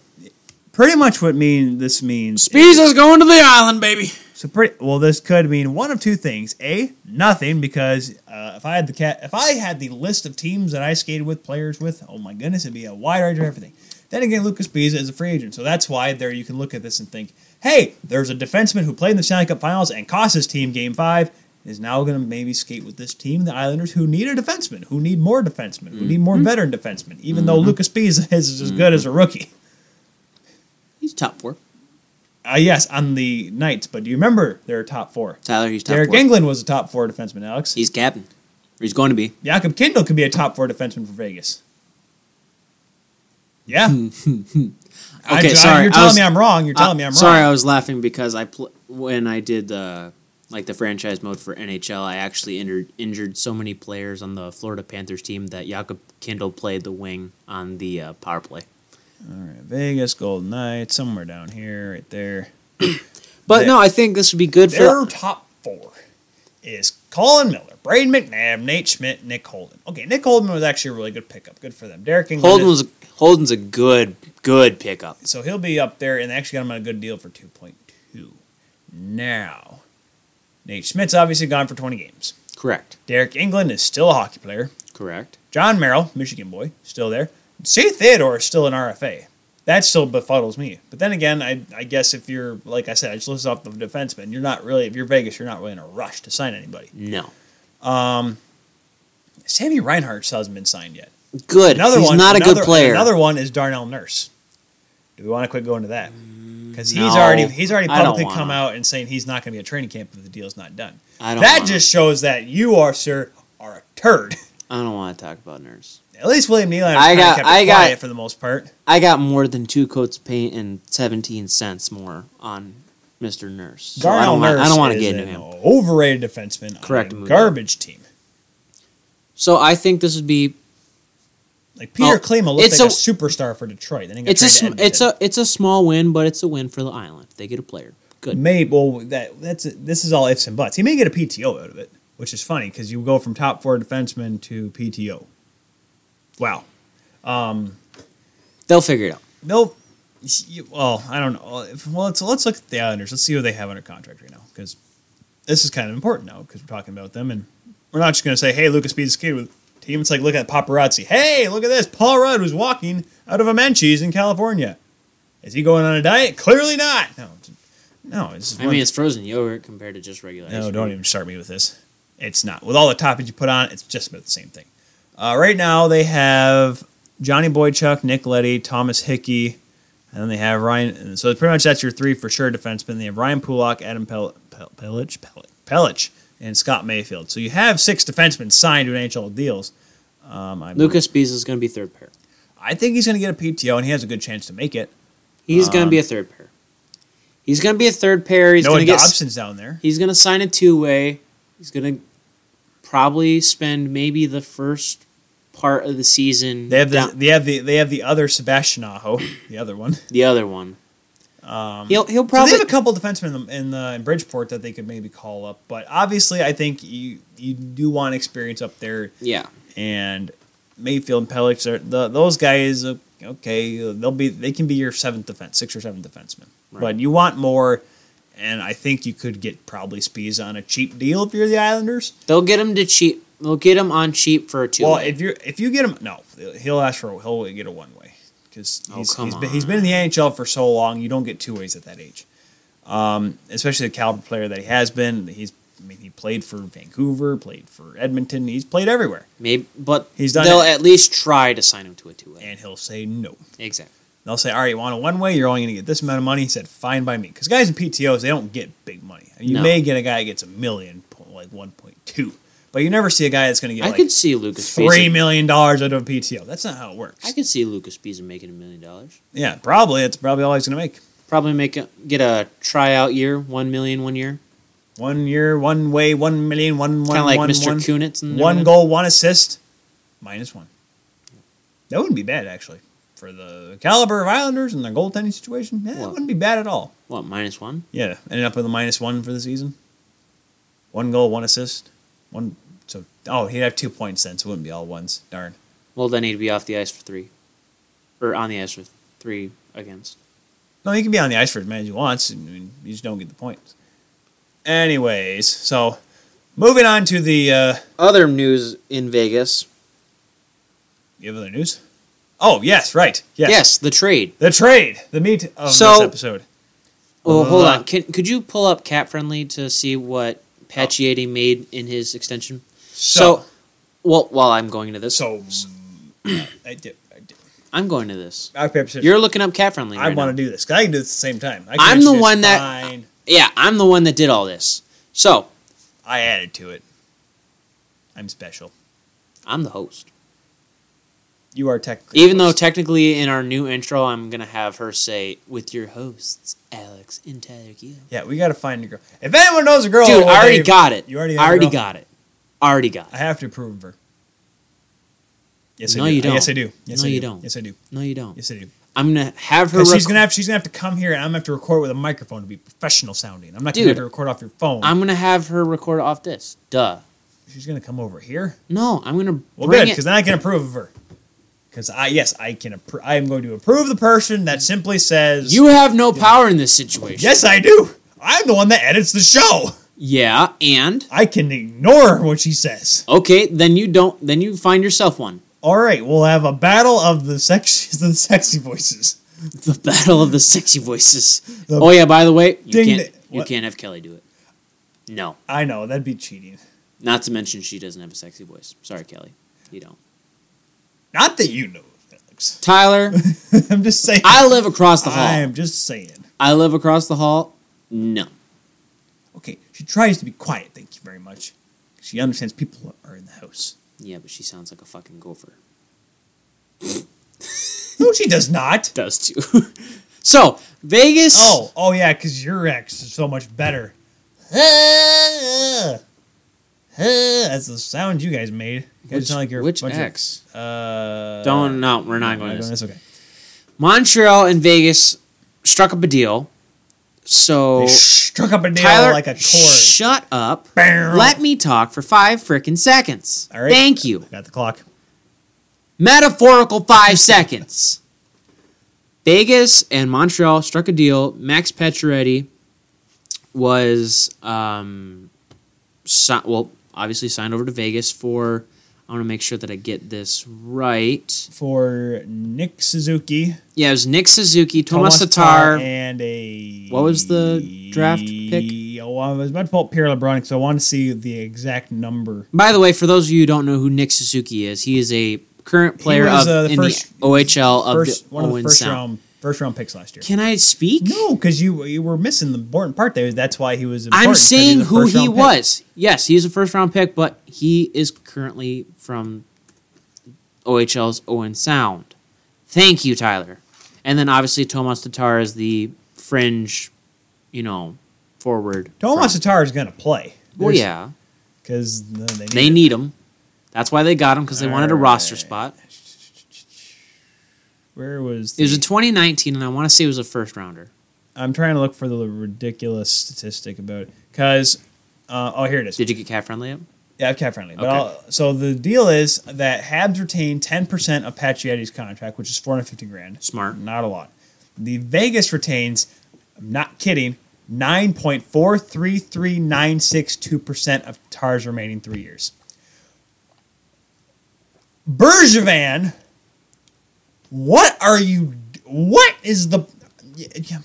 [SPEAKER 2] pretty much what mean this means. is-
[SPEAKER 1] going to the island, baby.
[SPEAKER 2] So pretty well. This could mean one of two things: a nothing, because uh, if I had the cat, if I had the list of teams that I skated with, players with, oh my goodness, it'd be a wide range of everything. Then again, Lucas Bees is a free agent, so that's why there you can look at this and think, hey, there's a defenseman who played in the Stanley Cup Finals and cost his team Game Five. Is now going to maybe skate with this team, the Islanders, who need a defenseman, who need more defensemen, who need more veteran defensemen, even though Lucas Bees is as good as a rookie.
[SPEAKER 1] He's top four.
[SPEAKER 2] Uh, yes, on the Knights, but do you remember their top four?
[SPEAKER 1] Tyler, he's top
[SPEAKER 2] Derek
[SPEAKER 1] four.
[SPEAKER 2] Englund was a top four defenseman, Alex.
[SPEAKER 1] He's captain. Or he's going to be.
[SPEAKER 2] Jakob Kindle could be a top four defenseman for Vegas. Yeah. I,
[SPEAKER 1] Hmm, Okay,
[SPEAKER 2] I-
[SPEAKER 1] sorry,
[SPEAKER 2] You're
[SPEAKER 1] I
[SPEAKER 2] telling
[SPEAKER 1] was-
[SPEAKER 2] me I'm wrong. You're telling
[SPEAKER 1] Uh,
[SPEAKER 2] me I'm
[SPEAKER 1] sorry,
[SPEAKER 2] wrong.
[SPEAKER 1] I was laughing because I pl- when I did uh, like the franchise mode for NHL, I actually injured injured so many players on the Florida Panthers team that Jakob Kindle played the wing on the uh, power play.
[SPEAKER 2] All right, Vegas, Golden Knights, somewhere down here, right there.
[SPEAKER 1] But
[SPEAKER 2] They-
[SPEAKER 1] no, I think this would be good
[SPEAKER 2] Their
[SPEAKER 1] for.
[SPEAKER 2] top four is Colin Miller, Braden McNabb, Nate Schmidt, Nick Holden. Okay, Nick Holden was actually a really good pickup. Good for them. Derek Englund.
[SPEAKER 1] Holden
[SPEAKER 2] is-
[SPEAKER 1] was Holden's a good good pickup.
[SPEAKER 2] so he'll be up there, and they actually got him on a good deal for two point two. Now, Nate Schmidt's obviously gone for twenty games.
[SPEAKER 1] Correct.
[SPEAKER 2] Derek England is still a hockey player.
[SPEAKER 1] Correct.
[SPEAKER 2] John Merrill, Michigan boy, still there. C. Theodore is still an RFA. That still befuddles me. But then again, I, I guess if you're, like I said, I just listed off the defenseman, you're not really, if you're Vegas, you're not really in a rush to sign anybody. Um,
[SPEAKER 1] No.
[SPEAKER 2] Sammy Reinhart still hasn't been signed yet.
[SPEAKER 1] Good.
[SPEAKER 2] Another
[SPEAKER 1] he's
[SPEAKER 2] one,
[SPEAKER 1] not a
[SPEAKER 2] another-
[SPEAKER 1] good player.
[SPEAKER 2] Another one is Darnell Nurse. Do we want to quit going to that? Because he's
[SPEAKER 1] Mm, no.
[SPEAKER 2] already he's already
[SPEAKER 1] I don't
[SPEAKER 2] publicly
[SPEAKER 1] wanna.
[SPEAKER 2] come out and saying he's not going to be at training camp if the deal's not done.
[SPEAKER 1] I don't.
[SPEAKER 2] That
[SPEAKER 1] wanna,
[SPEAKER 2] just shows that you are, sir, are a turd.
[SPEAKER 1] I don't want to talk about nerds.
[SPEAKER 2] At least William Nylander
[SPEAKER 1] I
[SPEAKER 2] I
[SPEAKER 1] got-
[SPEAKER 2] kept
[SPEAKER 1] I
[SPEAKER 2] it
[SPEAKER 1] got-
[SPEAKER 2] quiet for the most part.
[SPEAKER 1] I got more than two coats of paint and seventeen cents more on Mister Nurse. So I
[SPEAKER 2] Darnell
[SPEAKER 1] don't want.
[SPEAKER 2] Nurse
[SPEAKER 1] I don't want to
[SPEAKER 2] is
[SPEAKER 1] get into
[SPEAKER 2] an
[SPEAKER 1] him.
[SPEAKER 2] Overrated defenseman.
[SPEAKER 1] Correct,
[SPEAKER 2] Correct. On a
[SPEAKER 1] Mudo.
[SPEAKER 2] garbage team.
[SPEAKER 1] So I think this would be
[SPEAKER 2] Like Peter
[SPEAKER 1] Oh,
[SPEAKER 2] Klima looks
[SPEAKER 1] it's
[SPEAKER 2] like a,
[SPEAKER 1] a-
[SPEAKER 2] superstar for Detroit. Then he got
[SPEAKER 1] it's a
[SPEAKER 2] traded
[SPEAKER 1] sm-
[SPEAKER 2] to
[SPEAKER 1] it's
[SPEAKER 2] Edmonton.
[SPEAKER 1] a it's a small win, but it's a win for the island. They get a player. Good.
[SPEAKER 2] may well that that's this is all ifs and buts. He may get a PTO out of it, which is funny because you go from top four defenseman to PTO. Wow.
[SPEAKER 1] They'll figure it out.
[SPEAKER 2] Nope. You- Well, I don't know. If- Well, let's let's look at the Islanders. Let's see who they have under contract right now because this is kind of important now because we're talking about them and we're not just going to say, "Hey, Lucas Bees kid with team." It's like look at paparazzi. Hey, look at this. Paul Rudd was walking out of a Menchie's in California. Is he going on a diet? Clearly not. No, it's- no. It's just
[SPEAKER 1] I
[SPEAKER 2] one-
[SPEAKER 1] mean, it's frozen yogurt compared to just regular. ice
[SPEAKER 2] no,
[SPEAKER 1] cream.
[SPEAKER 2] don't even start me with this. It's not. With all the toppings you put on, it, it's just about the same thing. Uh, right now, they have Johnny Boychuk, Nick Letty, Thomas Hickey, and then they have Ryan. and So pretty much that's your three for sure defensemen. They have Ryan Pulak, Adam Pel- Pel- Pelich, Pelich, Pelich, and Scott Mayfield. So you have six defensemen signed to NHL deals. Um, I,
[SPEAKER 1] Lucas Bees is going to be third pair.
[SPEAKER 2] I think he's going to get a PTO, and he has a good chance to make it.
[SPEAKER 1] He's
[SPEAKER 2] Ah.
[SPEAKER 1] going to be a third pair. He's going to be a third pair. He's
[SPEAKER 2] Noah
[SPEAKER 1] going to get.
[SPEAKER 2] Dobson's down there.
[SPEAKER 1] He's going to sign a two way. He's going to probably spend maybe the first part of the season.
[SPEAKER 2] They have the,
[SPEAKER 1] down-
[SPEAKER 2] they have the they have the other Sebastian Aho, the other one.
[SPEAKER 1] the other one. Um, he'll he'll
[SPEAKER 2] So
[SPEAKER 1] probably
[SPEAKER 2] they have a couple defensemen in, the, in, the, in Bridgeport that they could maybe call up, but obviously I think you you do want experience up there,
[SPEAKER 1] yeah.
[SPEAKER 2] and Mayfield and Pelix are the, those guys. uh, Okay, uh, they'll be they can be your seventh defense, six or seventh defenseman,
[SPEAKER 1] Right.
[SPEAKER 2] but you want more, and I think you could get probably Spees on a cheap deal if you're the Islanders.
[SPEAKER 1] They'll get him to cheap. They'll get him on cheap for a two.
[SPEAKER 2] Well,
[SPEAKER 1] way.
[SPEAKER 2] if you if you get him, no, he'll ask for he'll get a one way because
[SPEAKER 1] Oh,
[SPEAKER 2] he's,
[SPEAKER 1] come
[SPEAKER 2] he's been, he's been in the NHL for so long. You don't get two ways at that age, um, especially the caliber player that he has been. He's I mean he played for Vancouver, played for Edmonton. He's played everywhere,
[SPEAKER 1] Maybe, but
[SPEAKER 2] He's done
[SPEAKER 1] they'll
[SPEAKER 2] it.
[SPEAKER 1] at least try to sign him to a two way.
[SPEAKER 2] and he'll say no.
[SPEAKER 1] Exactly.
[SPEAKER 2] They'll say, all right, you want a one way? You're only going to get this amount of money. He said, fine by me, because guys in PTOs they don't get big money. You
[SPEAKER 1] No.
[SPEAKER 2] may get a guy that gets a million, po- like one point two, but you never see a guy that's going to get
[SPEAKER 1] I
[SPEAKER 2] like
[SPEAKER 1] could see Lucas.
[SPEAKER 2] three
[SPEAKER 1] Beasley-
[SPEAKER 2] million dollars out of a PTO. That's not how it works.
[SPEAKER 1] I could see Lucas Beasley making a million dollars.
[SPEAKER 2] Yeah, probably. That's probably all he's going to make.
[SPEAKER 1] Probably make a, get a tryout year, one million one year,
[SPEAKER 2] One year, one way, one million, one, one,
[SPEAKER 1] kind of like
[SPEAKER 2] one,
[SPEAKER 1] Mr.
[SPEAKER 2] one.
[SPEAKER 1] Kunitz. And
[SPEAKER 2] One
[SPEAKER 1] everything.
[SPEAKER 2] goal, one assist, minus one. That wouldn't be bad, actually. For the caliber of Islanders and their goaltending situation, yeah, that
[SPEAKER 1] Well-
[SPEAKER 2] wouldn't be bad at all.
[SPEAKER 1] What minus one?
[SPEAKER 2] Yeah, ended up with a minus one for the season. One goal, one assist. One. So, oh, he'd have two points then, so it wouldn't be all ones. Darn.
[SPEAKER 1] Well, then he'd be off the ice for three, or on the ice for three against.
[SPEAKER 2] No, he can be on the ice for as many as he wants, and I mean, you just don't get the points. Anyways, so moving on to the uh,
[SPEAKER 1] Other news in Vegas.
[SPEAKER 2] you have other news. Oh yes, right. Yes.
[SPEAKER 1] Yes, the trade.
[SPEAKER 2] The trade, the meat of
[SPEAKER 1] So-
[SPEAKER 2] this episode.
[SPEAKER 1] Oh, hold
[SPEAKER 2] Uh.
[SPEAKER 1] on. Can, could you pull up Cat Friendly to see what Pacioretty made in his extension? So,
[SPEAKER 2] So
[SPEAKER 1] well, while I'm going to this,
[SPEAKER 2] so, I did. I did.
[SPEAKER 1] I'm going to this.
[SPEAKER 2] I, paper,
[SPEAKER 1] You're looking up Cat Friendly.
[SPEAKER 2] I
[SPEAKER 1] right
[SPEAKER 2] want
[SPEAKER 1] now.
[SPEAKER 2] to do this 'cause I can do this at the same time. I can
[SPEAKER 1] I'm the
[SPEAKER 2] introduce
[SPEAKER 1] one that-
[SPEAKER 2] mine.
[SPEAKER 1] Yeah, I'm the one that did all this. So
[SPEAKER 2] I added to it. I'm special.
[SPEAKER 1] I'm the host.
[SPEAKER 2] You are technically
[SPEAKER 1] Even though
[SPEAKER 2] close.
[SPEAKER 1] technically in our new intro, I'm gonna have her say with your hosts Alex and Tyler Keo.
[SPEAKER 2] yeah, we got to find a girl. If anyone knows a girl,
[SPEAKER 1] Dude,
[SPEAKER 2] well,
[SPEAKER 1] I already
[SPEAKER 2] they-
[SPEAKER 1] got it.
[SPEAKER 2] You already. Have
[SPEAKER 1] I
[SPEAKER 2] a
[SPEAKER 1] already
[SPEAKER 2] girl?
[SPEAKER 1] got it. Already got
[SPEAKER 2] I
[SPEAKER 1] it.
[SPEAKER 2] have to approve of her. Yes,
[SPEAKER 1] No,
[SPEAKER 2] I do.
[SPEAKER 1] you don't.
[SPEAKER 2] Yes, I do. Yes,
[SPEAKER 1] No,
[SPEAKER 2] I do.
[SPEAKER 1] you don't.
[SPEAKER 2] Yes, I do.
[SPEAKER 1] No, you don't.
[SPEAKER 2] Yes, I do.
[SPEAKER 1] I'm gonna have her.
[SPEAKER 2] Because she's
[SPEAKER 1] rec-
[SPEAKER 2] gonna have she's gonna have to come here, and I'm gonna have to record with a microphone to be professional sounding. I'm not gonna
[SPEAKER 1] Dude.
[SPEAKER 2] have to record off your phone.
[SPEAKER 1] I'm gonna have her record off this. Duh.
[SPEAKER 2] she's gonna come over here.
[SPEAKER 1] No, I'm gonna
[SPEAKER 2] Well,
[SPEAKER 1] bring
[SPEAKER 2] good,
[SPEAKER 1] it.
[SPEAKER 2] because then I can approve of her. Because I yes, I can. Appro- I am going to approve the person that simply says
[SPEAKER 1] You have no power in this situation.
[SPEAKER 2] Yes, I do. I'm the one that edits the show.
[SPEAKER 1] Yeah, and
[SPEAKER 2] I can ignore what she says.
[SPEAKER 1] okay, then you don't. Then you find yourself one.
[SPEAKER 2] All right, we'll have a battle of the sexy, the sexy voices.
[SPEAKER 1] The battle of the sexy voices.
[SPEAKER 2] The-
[SPEAKER 1] oh yeah, by the way, you
[SPEAKER 2] Ding-
[SPEAKER 1] can't. You
[SPEAKER 2] what?
[SPEAKER 1] can't have Kelly do it. No,
[SPEAKER 2] I know that'd be cheating.
[SPEAKER 1] not to mention she doesn't have a sexy voice. Sorry, Kelly, you don't.
[SPEAKER 2] Not that you know, Alex.
[SPEAKER 1] Tyler,
[SPEAKER 2] I'm just saying.
[SPEAKER 1] I live across the hall.
[SPEAKER 2] I am just saying.
[SPEAKER 1] I live across the hall. No.
[SPEAKER 2] Okay, she tries to be quiet. Thank you very much. She understands people are in the house.
[SPEAKER 1] Yeah, but she sounds like a fucking gopher.
[SPEAKER 2] No, she does not.
[SPEAKER 1] Does too. so Vegas.
[SPEAKER 2] Oh, oh yeah, because your ex is so much better. That's the sound you guys made. You guys
[SPEAKER 1] Which,
[SPEAKER 2] sound like you're a
[SPEAKER 1] which
[SPEAKER 2] bunch of-
[SPEAKER 1] ex?
[SPEAKER 2] Uh,
[SPEAKER 1] Don't. Oh, No, we're not
[SPEAKER 2] no,
[SPEAKER 1] going to. this.
[SPEAKER 2] That's okay.
[SPEAKER 1] Montreal and Vegas struck up a deal. So
[SPEAKER 2] They struck up a nail
[SPEAKER 1] Tyler,
[SPEAKER 2] like a chord.
[SPEAKER 1] shut up.
[SPEAKER 2] Bam.
[SPEAKER 1] Let me talk for five frickin' seconds.
[SPEAKER 2] All right.
[SPEAKER 1] Thank you.
[SPEAKER 2] Got the clock.
[SPEAKER 1] Metaphorical five seconds. Vegas and Montreal struck a deal. Max Pacioretty was, um, si- well, obviously signed over to Vegas for. I want to make sure that I get this right.
[SPEAKER 2] For Nick Suzuki,
[SPEAKER 1] Yeah, it was Nick Suzuki, Thomas, Tatar,
[SPEAKER 2] Tatar, and a
[SPEAKER 1] What was the draft pick?
[SPEAKER 2] Oh, I was about to pull up Pierre LeBron because I want to see the exact number.
[SPEAKER 1] By the way, for those of you who don't know who Nick Suzuki is, he is a current player
[SPEAKER 2] was,
[SPEAKER 1] of
[SPEAKER 2] uh, the
[SPEAKER 1] in
[SPEAKER 2] first-
[SPEAKER 1] the OHL Oh, of
[SPEAKER 2] First
[SPEAKER 1] the
[SPEAKER 2] one of the
[SPEAKER 1] Owen
[SPEAKER 2] first
[SPEAKER 1] Sound.
[SPEAKER 2] round first round picks last year.
[SPEAKER 1] Can I speak?
[SPEAKER 2] No, because you you were missing the important part there. That's why he was. Important,
[SPEAKER 1] I'm
[SPEAKER 2] 'cause
[SPEAKER 1] saying
[SPEAKER 2] was a
[SPEAKER 1] who he
[SPEAKER 2] first-round pick.
[SPEAKER 1] was. Yes, he's a first round pick, but he is currently from OHL's Owen Sound. Thank you, Tyler. And then obviously Tomas Tatar is the fringe, you know, forward.
[SPEAKER 2] Tomas Tatar is going to play.
[SPEAKER 1] from- Well, yeah,
[SPEAKER 2] because they need.
[SPEAKER 1] they need him. That's why they got him because they wanted a roster
[SPEAKER 2] Alright.
[SPEAKER 1] spot.
[SPEAKER 2] Where was?
[SPEAKER 1] It was
[SPEAKER 2] the-
[SPEAKER 1] a 2019, and I want to say it was a first rounder.
[SPEAKER 2] I'm trying to look for the ridiculous statistic about it. Because, uh, oh, here it is.
[SPEAKER 1] Did you get cat friendly up?
[SPEAKER 2] yeah, I'm cat friendly. But
[SPEAKER 1] Okay.
[SPEAKER 2] I'll, so the deal is that Habs retain 10% of Pacioretty's contract, which is 450 grand.
[SPEAKER 1] Smart.
[SPEAKER 2] Not a lot. The Vegas retains, I'm not kidding, 9.43396.2% of Tar's remaining three years. Bergevin, what are you? What is the? yeah, yeah.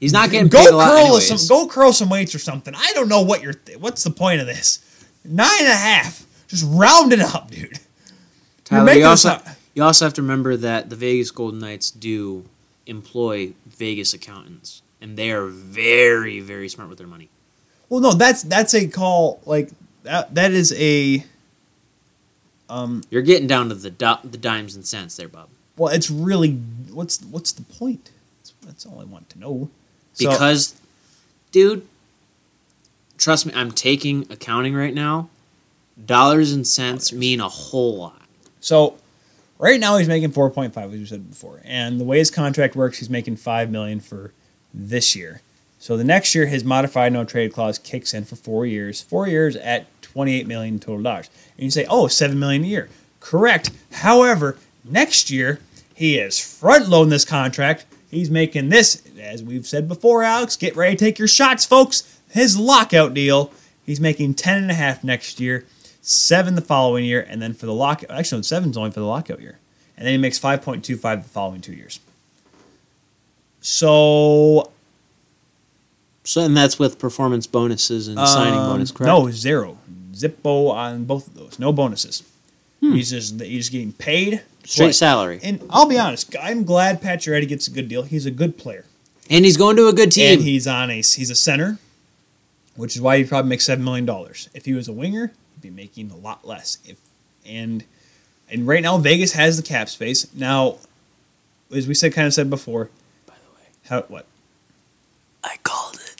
[SPEAKER 1] He's not getting
[SPEAKER 2] go
[SPEAKER 1] paid a
[SPEAKER 2] curl
[SPEAKER 1] lot anyways.
[SPEAKER 2] some go curl some weights or something. I don't know what you're. Th- what's the point of this? Nine and a half. Just round it up, dude.
[SPEAKER 1] Tyler,
[SPEAKER 2] making
[SPEAKER 1] you
[SPEAKER 2] this
[SPEAKER 1] also
[SPEAKER 2] up.
[SPEAKER 1] you also have to remember that the Vegas Golden Knights do employ Vegas accountants, and they are very very smart with their money.
[SPEAKER 2] Well, no, that's that's a call like that. That is a
[SPEAKER 1] You're getting down to the do- the dimes and cents there, Bob,
[SPEAKER 2] well. It's really what's what's the point? That's, that's all I want to know. So-
[SPEAKER 1] because, dude, trust me, I'm taking accounting right now. Dollars and cents mean a whole lot.
[SPEAKER 2] So right now he's making 4.5 as we said before. And the way his contract works, he's making 5 million for this year. So the next year his modified no trade clause kicks in for 4 years. 4 years at 28 million total dollars. And you say, "Oh, 7 million a year." Correct. However, next year he is front loading this contract. He's making this, as we've said before, Alex. Get ready to take your shots, folks. His lockout deal. He's making ten and a half next year, seven the following year, and then for the lockout. Actually, no, seven's only for the lockout year, and then he makes five point two five the following two years. So
[SPEAKER 1] So and that's with performance bonuses and signing
[SPEAKER 2] um,
[SPEAKER 1] bonus, correct?
[SPEAKER 2] No, zero. Zippo on both of those. No bonuses. He's just he's getting paid
[SPEAKER 1] straight
[SPEAKER 2] play.
[SPEAKER 1] salary,
[SPEAKER 2] And I'll be honest, I'm glad Pacioretty gets a good deal. He's a good player,
[SPEAKER 1] and he's going to a good team.
[SPEAKER 2] and he's on a he's a center, which is why he probably makes seven million dollars. If he was a winger, he'd be making a lot less. If and and right now Vegas has the cap space. Now, as we said, kind of said before.
[SPEAKER 1] By the way,
[SPEAKER 2] How what
[SPEAKER 1] I called it.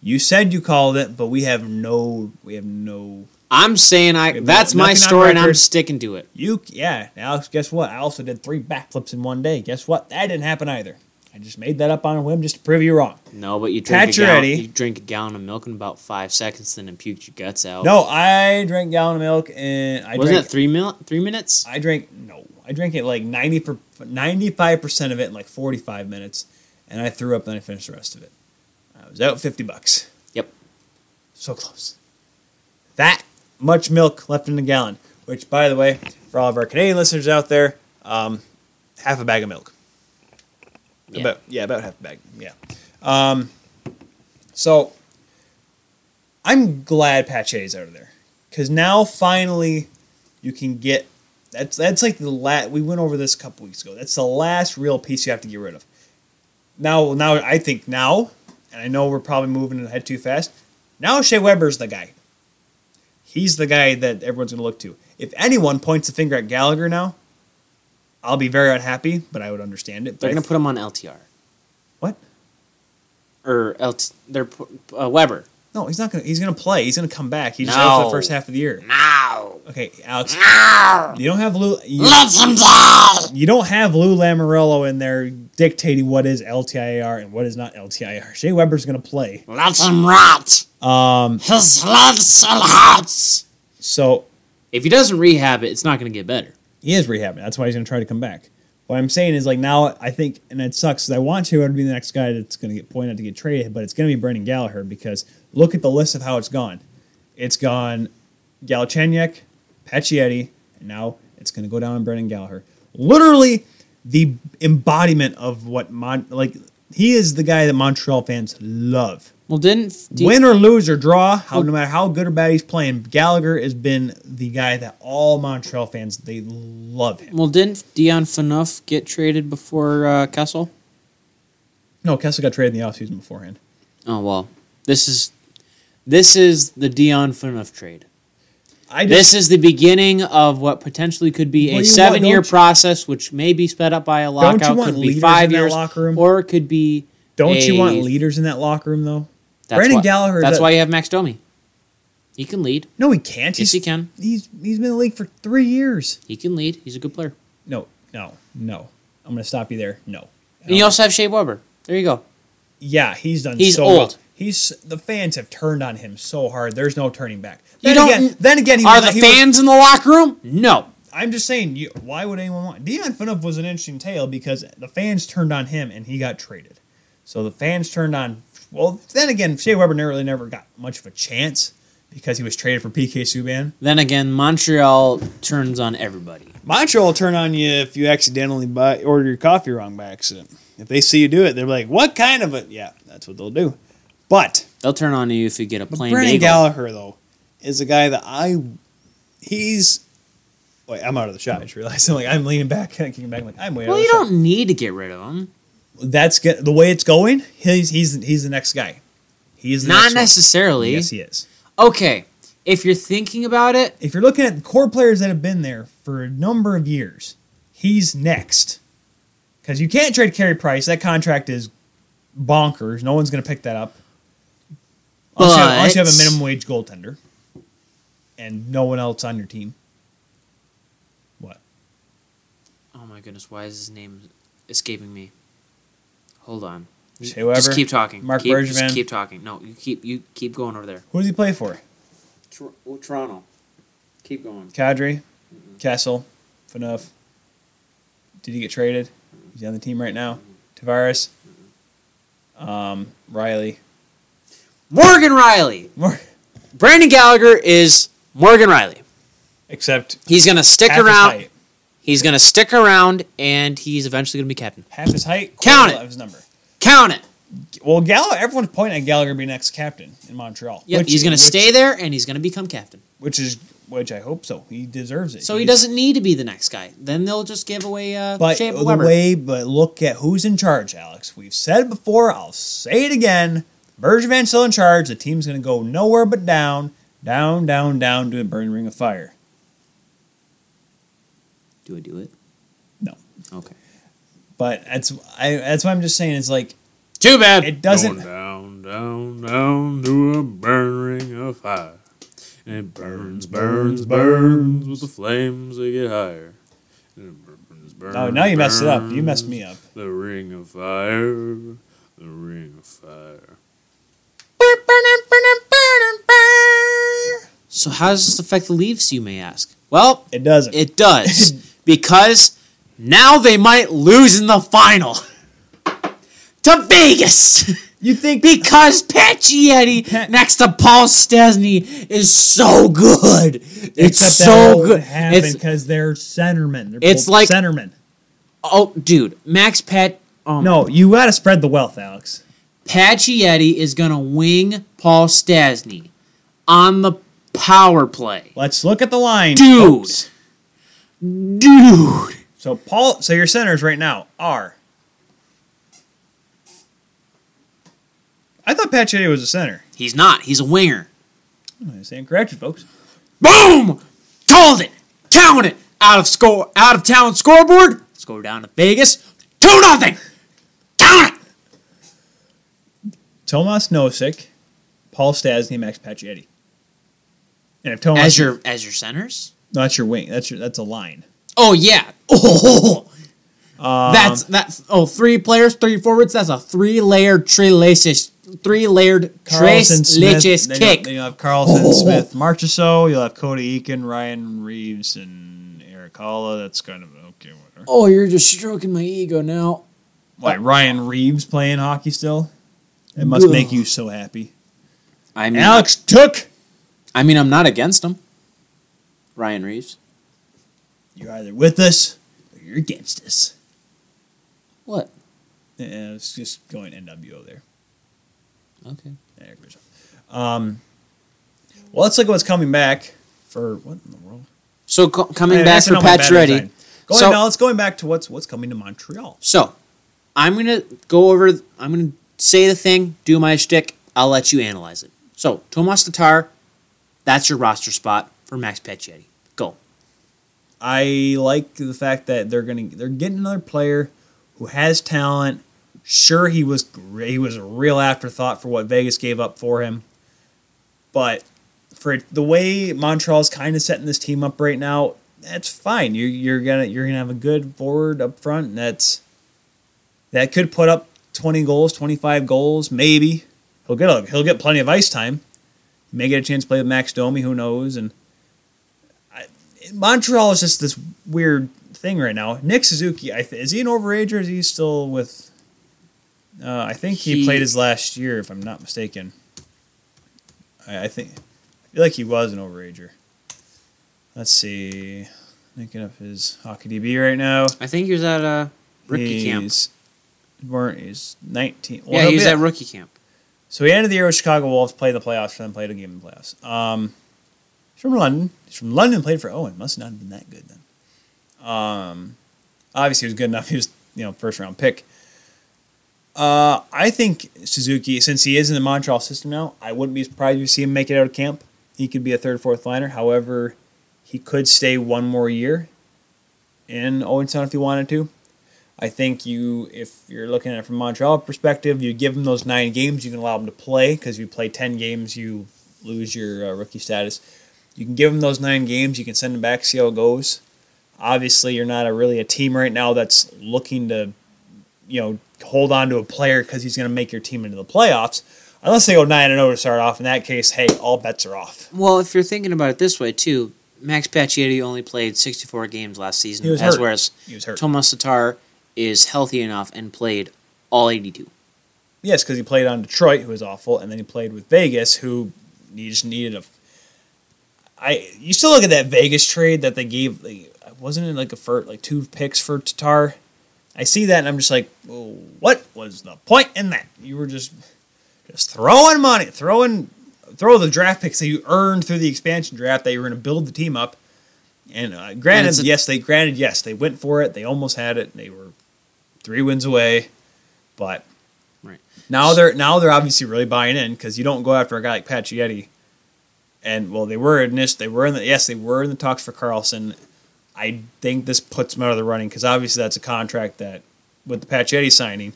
[SPEAKER 2] you said you called it, but we have no we have no
[SPEAKER 1] I'm saying I.
[SPEAKER 2] Okay, but
[SPEAKER 1] That's my
[SPEAKER 2] nothing on
[SPEAKER 1] story, and I'm
[SPEAKER 2] record.
[SPEAKER 1] sticking to it.
[SPEAKER 2] You yeah, Alex. Guess what? I also did three backflips in one day. Guess what? That didn't happen either. I just made that up on a whim just to prove you wrong.
[SPEAKER 1] No, but you drink a gallon,
[SPEAKER 2] Pacioretty.
[SPEAKER 1] you drink a gallon of milk in about five seconds, then and puked your guts out.
[SPEAKER 2] No, I drank gallon of milk and I
[SPEAKER 1] wasn't
[SPEAKER 2] drank.
[SPEAKER 1] that three mil three minutes?
[SPEAKER 2] I drank no. I drank it like ninety for ninety five percent of it in like forty five minutes, and I threw up. Then I finished the rest of it. I was out fifty bucks.
[SPEAKER 1] Yep.
[SPEAKER 2] So close. That much milk left in a gallon. Which, by the way, for all of our Canadian listeners out there, um, half a bag of milk.
[SPEAKER 1] Yeah.
[SPEAKER 2] About yeah, about half a bag. Yeah. Um, so I'm glad Pache is out of there because now finally you can get that's that's like the last we went over this a couple weeks ago. That's the last real piece you have to get rid of. Now, now I think now, and I know we're probably moving ahead too fast. Now Shea Weber's the guy. He's the guy that everyone's going to look to. If anyone points the finger at Gallagher now, I'll be very unhappy, but I would understand it.
[SPEAKER 1] They're
[SPEAKER 2] But I
[SPEAKER 1] gonna put him on LTR
[SPEAKER 2] What?
[SPEAKER 1] or LT. They're pu- uh, Weber.
[SPEAKER 2] No, he's not gonna. He's gonna play. He's gonna come back. He's just out for
[SPEAKER 1] No.
[SPEAKER 2] the first half of the year.
[SPEAKER 1] Now,
[SPEAKER 2] Okay, Alex,
[SPEAKER 1] Uh. now,
[SPEAKER 2] you don't have Lou. You,
[SPEAKER 1] let him die.
[SPEAKER 2] you don't have Lou Lamorello in there dictating what is LTIR and what is not LTIR. Shea Weber's gonna play.
[SPEAKER 1] Let him rot.
[SPEAKER 2] Um,
[SPEAKER 1] His blood still hurts.
[SPEAKER 2] so
[SPEAKER 1] If he doesn't rehab it, it's not gonna get better.
[SPEAKER 2] he is rehabbing. That's why he's gonna try to come back. What I'm saying is like now I think, and it sucks. 'cause I want Shea Weber to be the next guy that's gonna get pointed out to get traded, but it's gonna be Brendan Gallagher because look at the list of how it's gone. It's gone Galchenyuk, Pacioretty, and now it's going to go down on Brendan Gallagher. Literally the embodiment of what Mon- like he is the guy that Montreal fans love.
[SPEAKER 1] Well, didn't do you-
[SPEAKER 2] Win or lose or draw, how, no matter how good or bad he's playing, Gallagher has been the guy that all Montreal fans they love him.
[SPEAKER 1] Well, didn't Dion Phaneuf get traded before uh, Kessel?
[SPEAKER 2] No, Kessel got traded in the offseason beforehand.
[SPEAKER 1] Oh well, this is this is the Dion Phaneuf trade.
[SPEAKER 2] I just,
[SPEAKER 1] This is the beginning of what potentially could be
[SPEAKER 2] Well, you
[SPEAKER 1] a
[SPEAKER 2] want-
[SPEAKER 1] seven-year
[SPEAKER 2] don't you-
[SPEAKER 1] process, which may be sped up by a
[SPEAKER 2] you
[SPEAKER 1] lockout.
[SPEAKER 2] want
[SPEAKER 1] Could be
[SPEAKER 2] leaders
[SPEAKER 1] five
[SPEAKER 2] in that
[SPEAKER 1] years,
[SPEAKER 2] locker room?
[SPEAKER 1] or it could be.
[SPEAKER 2] don't you
[SPEAKER 1] a-
[SPEAKER 2] want leaders in that locker room though?
[SPEAKER 1] That's
[SPEAKER 2] Brandon
[SPEAKER 1] why-
[SPEAKER 2] Gallagher is
[SPEAKER 1] That's
[SPEAKER 2] a-
[SPEAKER 1] why you have Max Domi. He can lead.
[SPEAKER 2] No, he can't.
[SPEAKER 1] Yes,
[SPEAKER 2] He's,
[SPEAKER 1] he can.
[SPEAKER 2] He's he's been in the league for three years.
[SPEAKER 1] He can lead. He's a good player.
[SPEAKER 2] No, no, no. I'm going to stop you there. No.
[SPEAKER 1] And you also have Shea Weber. There you go.
[SPEAKER 2] yeah, he's done.
[SPEAKER 1] He's
[SPEAKER 2] so well.
[SPEAKER 1] old.
[SPEAKER 2] He's the fans have turned on him so hard. There's no turning back.
[SPEAKER 1] You
[SPEAKER 2] Then
[SPEAKER 1] don't-
[SPEAKER 2] again, then again, he
[SPEAKER 1] Are
[SPEAKER 2] was-
[SPEAKER 1] the
[SPEAKER 2] he was-
[SPEAKER 1] fans in the locker room? No.
[SPEAKER 2] I'm just saying. You, why would anyone want Dion Phaneuf was an interesting tale because the fans turned on him and he got traded. So the fans turned on. Well, then again, Shea Weber never really never got much of a chance because he was traded for PK Subban.
[SPEAKER 1] Then again, Montreal turns on everybody.
[SPEAKER 2] Montreal will turn on you if you accidentally buy order your coffee wrong by accident. If they see you do it, they're like, "What kind of a?" Yeah, that's what they'll do. But
[SPEAKER 1] They'll turn on you if you get a
[SPEAKER 2] But
[SPEAKER 1] plain
[SPEAKER 2] Brendan
[SPEAKER 1] bagel.
[SPEAKER 2] Gallagher though is a guy that I he's wait I'm out of the shot. I just realized I'm like I'm leaning back, kicking back, like I'm way
[SPEAKER 1] well,
[SPEAKER 2] out
[SPEAKER 1] you
[SPEAKER 2] of the
[SPEAKER 1] don't need to get rid of him.
[SPEAKER 2] shot. That's get, the way it's going. He's he's he's the next guy. He's the
[SPEAKER 1] Not
[SPEAKER 2] next one.
[SPEAKER 1] necessarily.
[SPEAKER 2] Yes, he is.
[SPEAKER 1] Okay, if you're thinking about it,
[SPEAKER 2] If you're looking at core players that have been there for a number of years, he's next. Because you can't trade Carey Price. That contract is bonkers. No one's going to pick that up. Unless, you have, unless you have a
[SPEAKER 1] But-
[SPEAKER 2] minimum wage goaltender and no one else on your team. What?
[SPEAKER 1] oh my goodness, why is his name escaping me? Hold on.
[SPEAKER 2] Shea
[SPEAKER 1] Just
[SPEAKER 2] Weber,
[SPEAKER 1] keep talking.
[SPEAKER 2] Mark
[SPEAKER 1] keep, just
[SPEAKER 2] Bergevin.
[SPEAKER 1] keep talking. No, you keep you keep going over there.
[SPEAKER 2] Who does he play for?
[SPEAKER 1] Tor- well, Toronto. Keep going.
[SPEAKER 2] Kadri, Kessel, Faneuf. Did he get traded? He's on the team right now. Tavares, um, Riley.
[SPEAKER 3] Morgan Riley.
[SPEAKER 2] More,
[SPEAKER 3] Brandon Gallagher is Morgan Riley.
[SPEAKER 2] except
[SPEAKER 3] He's gonna stick
[SPEAKER 2] half his
[SPEAKER 3] around.
[SPEAKER 2] height.
[SPEAKER 3] He's gonna stick around, and he's eventually gonna be captain.
[SPEAKER 2] Half his height.
[SPEAKER 3] Count
[SPEAKER 2] quarter
[SPEAKER 3] it.
[SPEAKER 2] Of his number.
[SPEAKER 3] Count it.
[SPEAKER 2] Well, Gallagher. Everyone's pointing at Gallagher being next captain in Montreal.
[SPEAKER 3] Yep,
[SPEAKER 2] which-
[SPEAKER 3] he's gonna
[SPEAKER 2] which-
[SPEAKER 3] stay there, and he's gonna become captain.
[SPEAKER 2] Which is which I hope so. He deserves it.
[SPEAKER 3] So he
[SPEAKER 2] He's-
[SPEAKER 3] doesn't need to be the next guy. Then they'll just give away uh,
[SPEAKER 2] But
[SPEAKER 3] Shea
[SPEAKER 2] the
[SPEAKER 3] Weber.
[SPEAKER 2] way, but look at who's in charge, Alex. We've said it before. I'll say it again. Bergevin's still in charge. The team's going to go nowhere but down, down, down, down to a burning ring of fire.
[SPEAKER 3] do I do it?
[SPEAKER 2] No.
[SPEAKER 3] Okay.
[SPEAKER 2] But that's I. That's what I'm just saying. It's like
[SPEAKER 3] Too bad.
[SPEAKER 2] it doesn't.
[SPEAKER 4] down, down, down to a burning of fire. And it burns, burns, burns with the flames that get higher. And it burns, burns,
[SPEAKER 2] Oh, now you messed it up. You messed
[SPEAKER 4] burns,
[SPEAKER 2] me up.
[SPEAKER 4] The ring of fire, the ring of fire.
[SPEAKER 3] So how does this affect the Leafs? You may ask. Well,
[SPEAKER 2] It doesn't.
[SPEAKER 3] it does because now they might lose in the final to Vegas.
[SPEAKER 2] you think?
[SPEAKER 3] Because Pacioretty next to Paul Stasny is so good. It's
[SPEAKER 2] Except that
[SPEAKER 3] so
[SPEAKER 2] won't
[SPEAKER 3] good.
[SPEAKER 2] happen
[SPEAKER 3] It's
[SPEAKER 2] because they're centermen. They're
[SPEAKER 3] It's
[SPEAKER 2] both
[SPEAKER 3] like-
[SPEAKER 2] centermen.
[SPEAKER 3] oh, dude, Max Pat. Um,
[SPEAKER 2] No, you got to spread the wealth, Alex.
[SPEAKER 3] Pacioretty is gonna wing Paul Stasny on the power play,
[SPEAKER 2] Let's look at the line,
[SPEAKER 3] Dude.
[SPEAKER 2] folks.
[SPEAKER 3] dude.
[SPEAKER 2] So Paul, so your centers right now are. I thought Pacioretty was a center.
[SPEAKER 3] He's not. He's a winger.
[SPEAKER 2] I stand corrected, folks.
[SPEAKER 3] Boom! Told it. Count it. Out of score. Out of town scoreboard. Let's go down to Vegas. Two nothing. Count it.
[SPEAKER 2] Tomas Nosek, Paul Stasny, Max Pacioretty. And if Tomas,
[SPEAKER 3] As your as your centers.
[SPEAKER 2] no, that's your wing. That's your that's a line.
[SPEAKER 3] Oh yeah. Oh,
[SPEAKER 2] Um,
[SPEAKER 3] that's that's oh three players, three forwards. That's a three layered traces, three layered
[SPEAKER 2] Carlson
[SPEAKER 3] trace leches
[SPEAKER 2] then
[SPEAKER 3] kick.
[SPEAKER 2] You'll, then you'll have Carlson
[SPEAKER 3] Oh.
[SPEAKER 2] Smith Marchessault. You'll have Cody Eakin, Ryan Reeves, and Eric Holla. That's kind of okay. Whatever.
[SPEAKER 3] oh, you're just stroking my ego now.
[SPEAKER 2] Why Ryan Reeves playing hockey still? It must
[SPEAKER 3] Uh, Ugh.
[SPEAKER 2] make you so happy.
[SPEAKER 3] I mean,
[SPEAKER 2] Alex took.
[SPEAKER 3] I mean, I'm not against him. Ryan Reeves.
[SPEAKER 2] You're either with us or you're against us.
[SPEAKER 3] What?
[SPEAKER 2] Yeah, it's just going NWO there.
[SPEAKER 3] Okay.
[SPEAKER 2] Yeah, you're good. Um, well, let's look at what's coming back for what in the world?
[SPEAKER 3] So co- coming
[SPEAKER 2] Hey,
[SPEAKER 3] back
[SPEAKER 2] that's
[SPEAKER 3] for
[SPEAKER 2] not my bad
[SPEAKER 3] Patch Ready.
[SPEAKER 2] design. Going
[SPEAKER 3] So-
[SPEAKER 2] now, let's going back to what's what's coming to Montreal.
[SPEAKER 3] So I'm gonna go over. I'm gonna say the thing, do my shtick. I'll let you analyze it. So Tomas Tatar, that's your roster spot for Max Pacioretty. Go.
[SPEAKER 2] I like the fact that they're gonna they're getting another player who has talent. Sure, he was gr- he was a real afterthought for what Vegas gave up for him, but for the way Montreal's kind of setting this team up right now, that's fine. You're you're gonna you're gonna have a good forward up front. And that's that could put up twenty goals, twenty five goals, maybe. He'll get a, he'll get plenty of ice time. He may get a chance to play with Max Domi, who knows? And Montreal is just this weird thing right now. Nick Suzuki, I th- is he an overage or is he still with? Uh, I think he,
[SPEAKER 3] He-
[SPEAKER 2] played his last year, if I'm not mistaken. I, I think I feel like he was an overager. Let's see, thinking of his hockey DB right now.
[SPEAKER 3] I think he was at uh, rookie camp.
[SPEAKER 2] he's, Weren't he's 19? Well,
[SPEAKER 3] Yeah,
[SPEAKER 2] he'll
[SPEAKER 3] he was
[SPEAKER 2] be-
[SPEAKER 3] at rookie camp.
[SPEAKER 2] so he ended the year with Chicago Wolves, played the playoffs for them, played a game in the playoffs. Um, he's from London. He's from London, played for Owen. Must not have been that good then. Um, obviously, he was good enough. He was, you know, first round pick. Uh, I think Suzuki, since he is in the Montreal system now, I wouldn't be surprised if you see him make it out of camp. He could be a third, fourth liner. However, he could stay one more year in Owenstown if he wanted to. I think you, if you're looking at it from Montreal perspective, you give them those nine games, you can allow them to play because you play ten games, you lose your uh, rookie status. You can give them those nine games, you can send them back, see how it goes. Obviously, you're not a, really a team right now that's looking to, you know, hold on to a player because he's going to make your team into the playoffs. Unless they go nine and zero to start off, in that case, hey, all bets are off.
[SPEAKER 3] Well, if you're thinking about it this way, too, Max Pacioretty only played 64 games last season,
[SPEAKER 2] He was
[SPEAKER 3] as
[SPEAKER 2] hurt.
[SPEAKER 3] whereas
[SPEAKER 2] He was hurt.
[SPEAKER 3] Tomas Tatar is healthy enough and played
[SPEAKER 1] all 82.
[SPEAKER 2] Yes, because he played on Detroit, who was awful, and then he played with Vegas, who he just needed a. I you still look at that Vegas trade that they gave. Like, wasn't it like a for like two picks for Tatar? I see that and I'm just like, well, what was the point in that? You were just just throwing money, throwing throw the draft picks that you earned through the expansion draft that you were going to build the team up. And uh,
[SPEAKER 1] And
[SPEAKER 2] granted,
[SPEAKER 1] it's a-
[SPEAKER 2] yes, they granted yes they went for it. They almost had it. They were three wins away, but
[SPEAKER 1] Right.
[SPEAKER 2] now they're now they're obviously really buying in because you don't go after a guy like Pacioretty. And well, they were in this. They were in the yes, they were in the talks for Carlson. I think this puts them out of the running because obviously that's a contract that with the Pacioretty signing,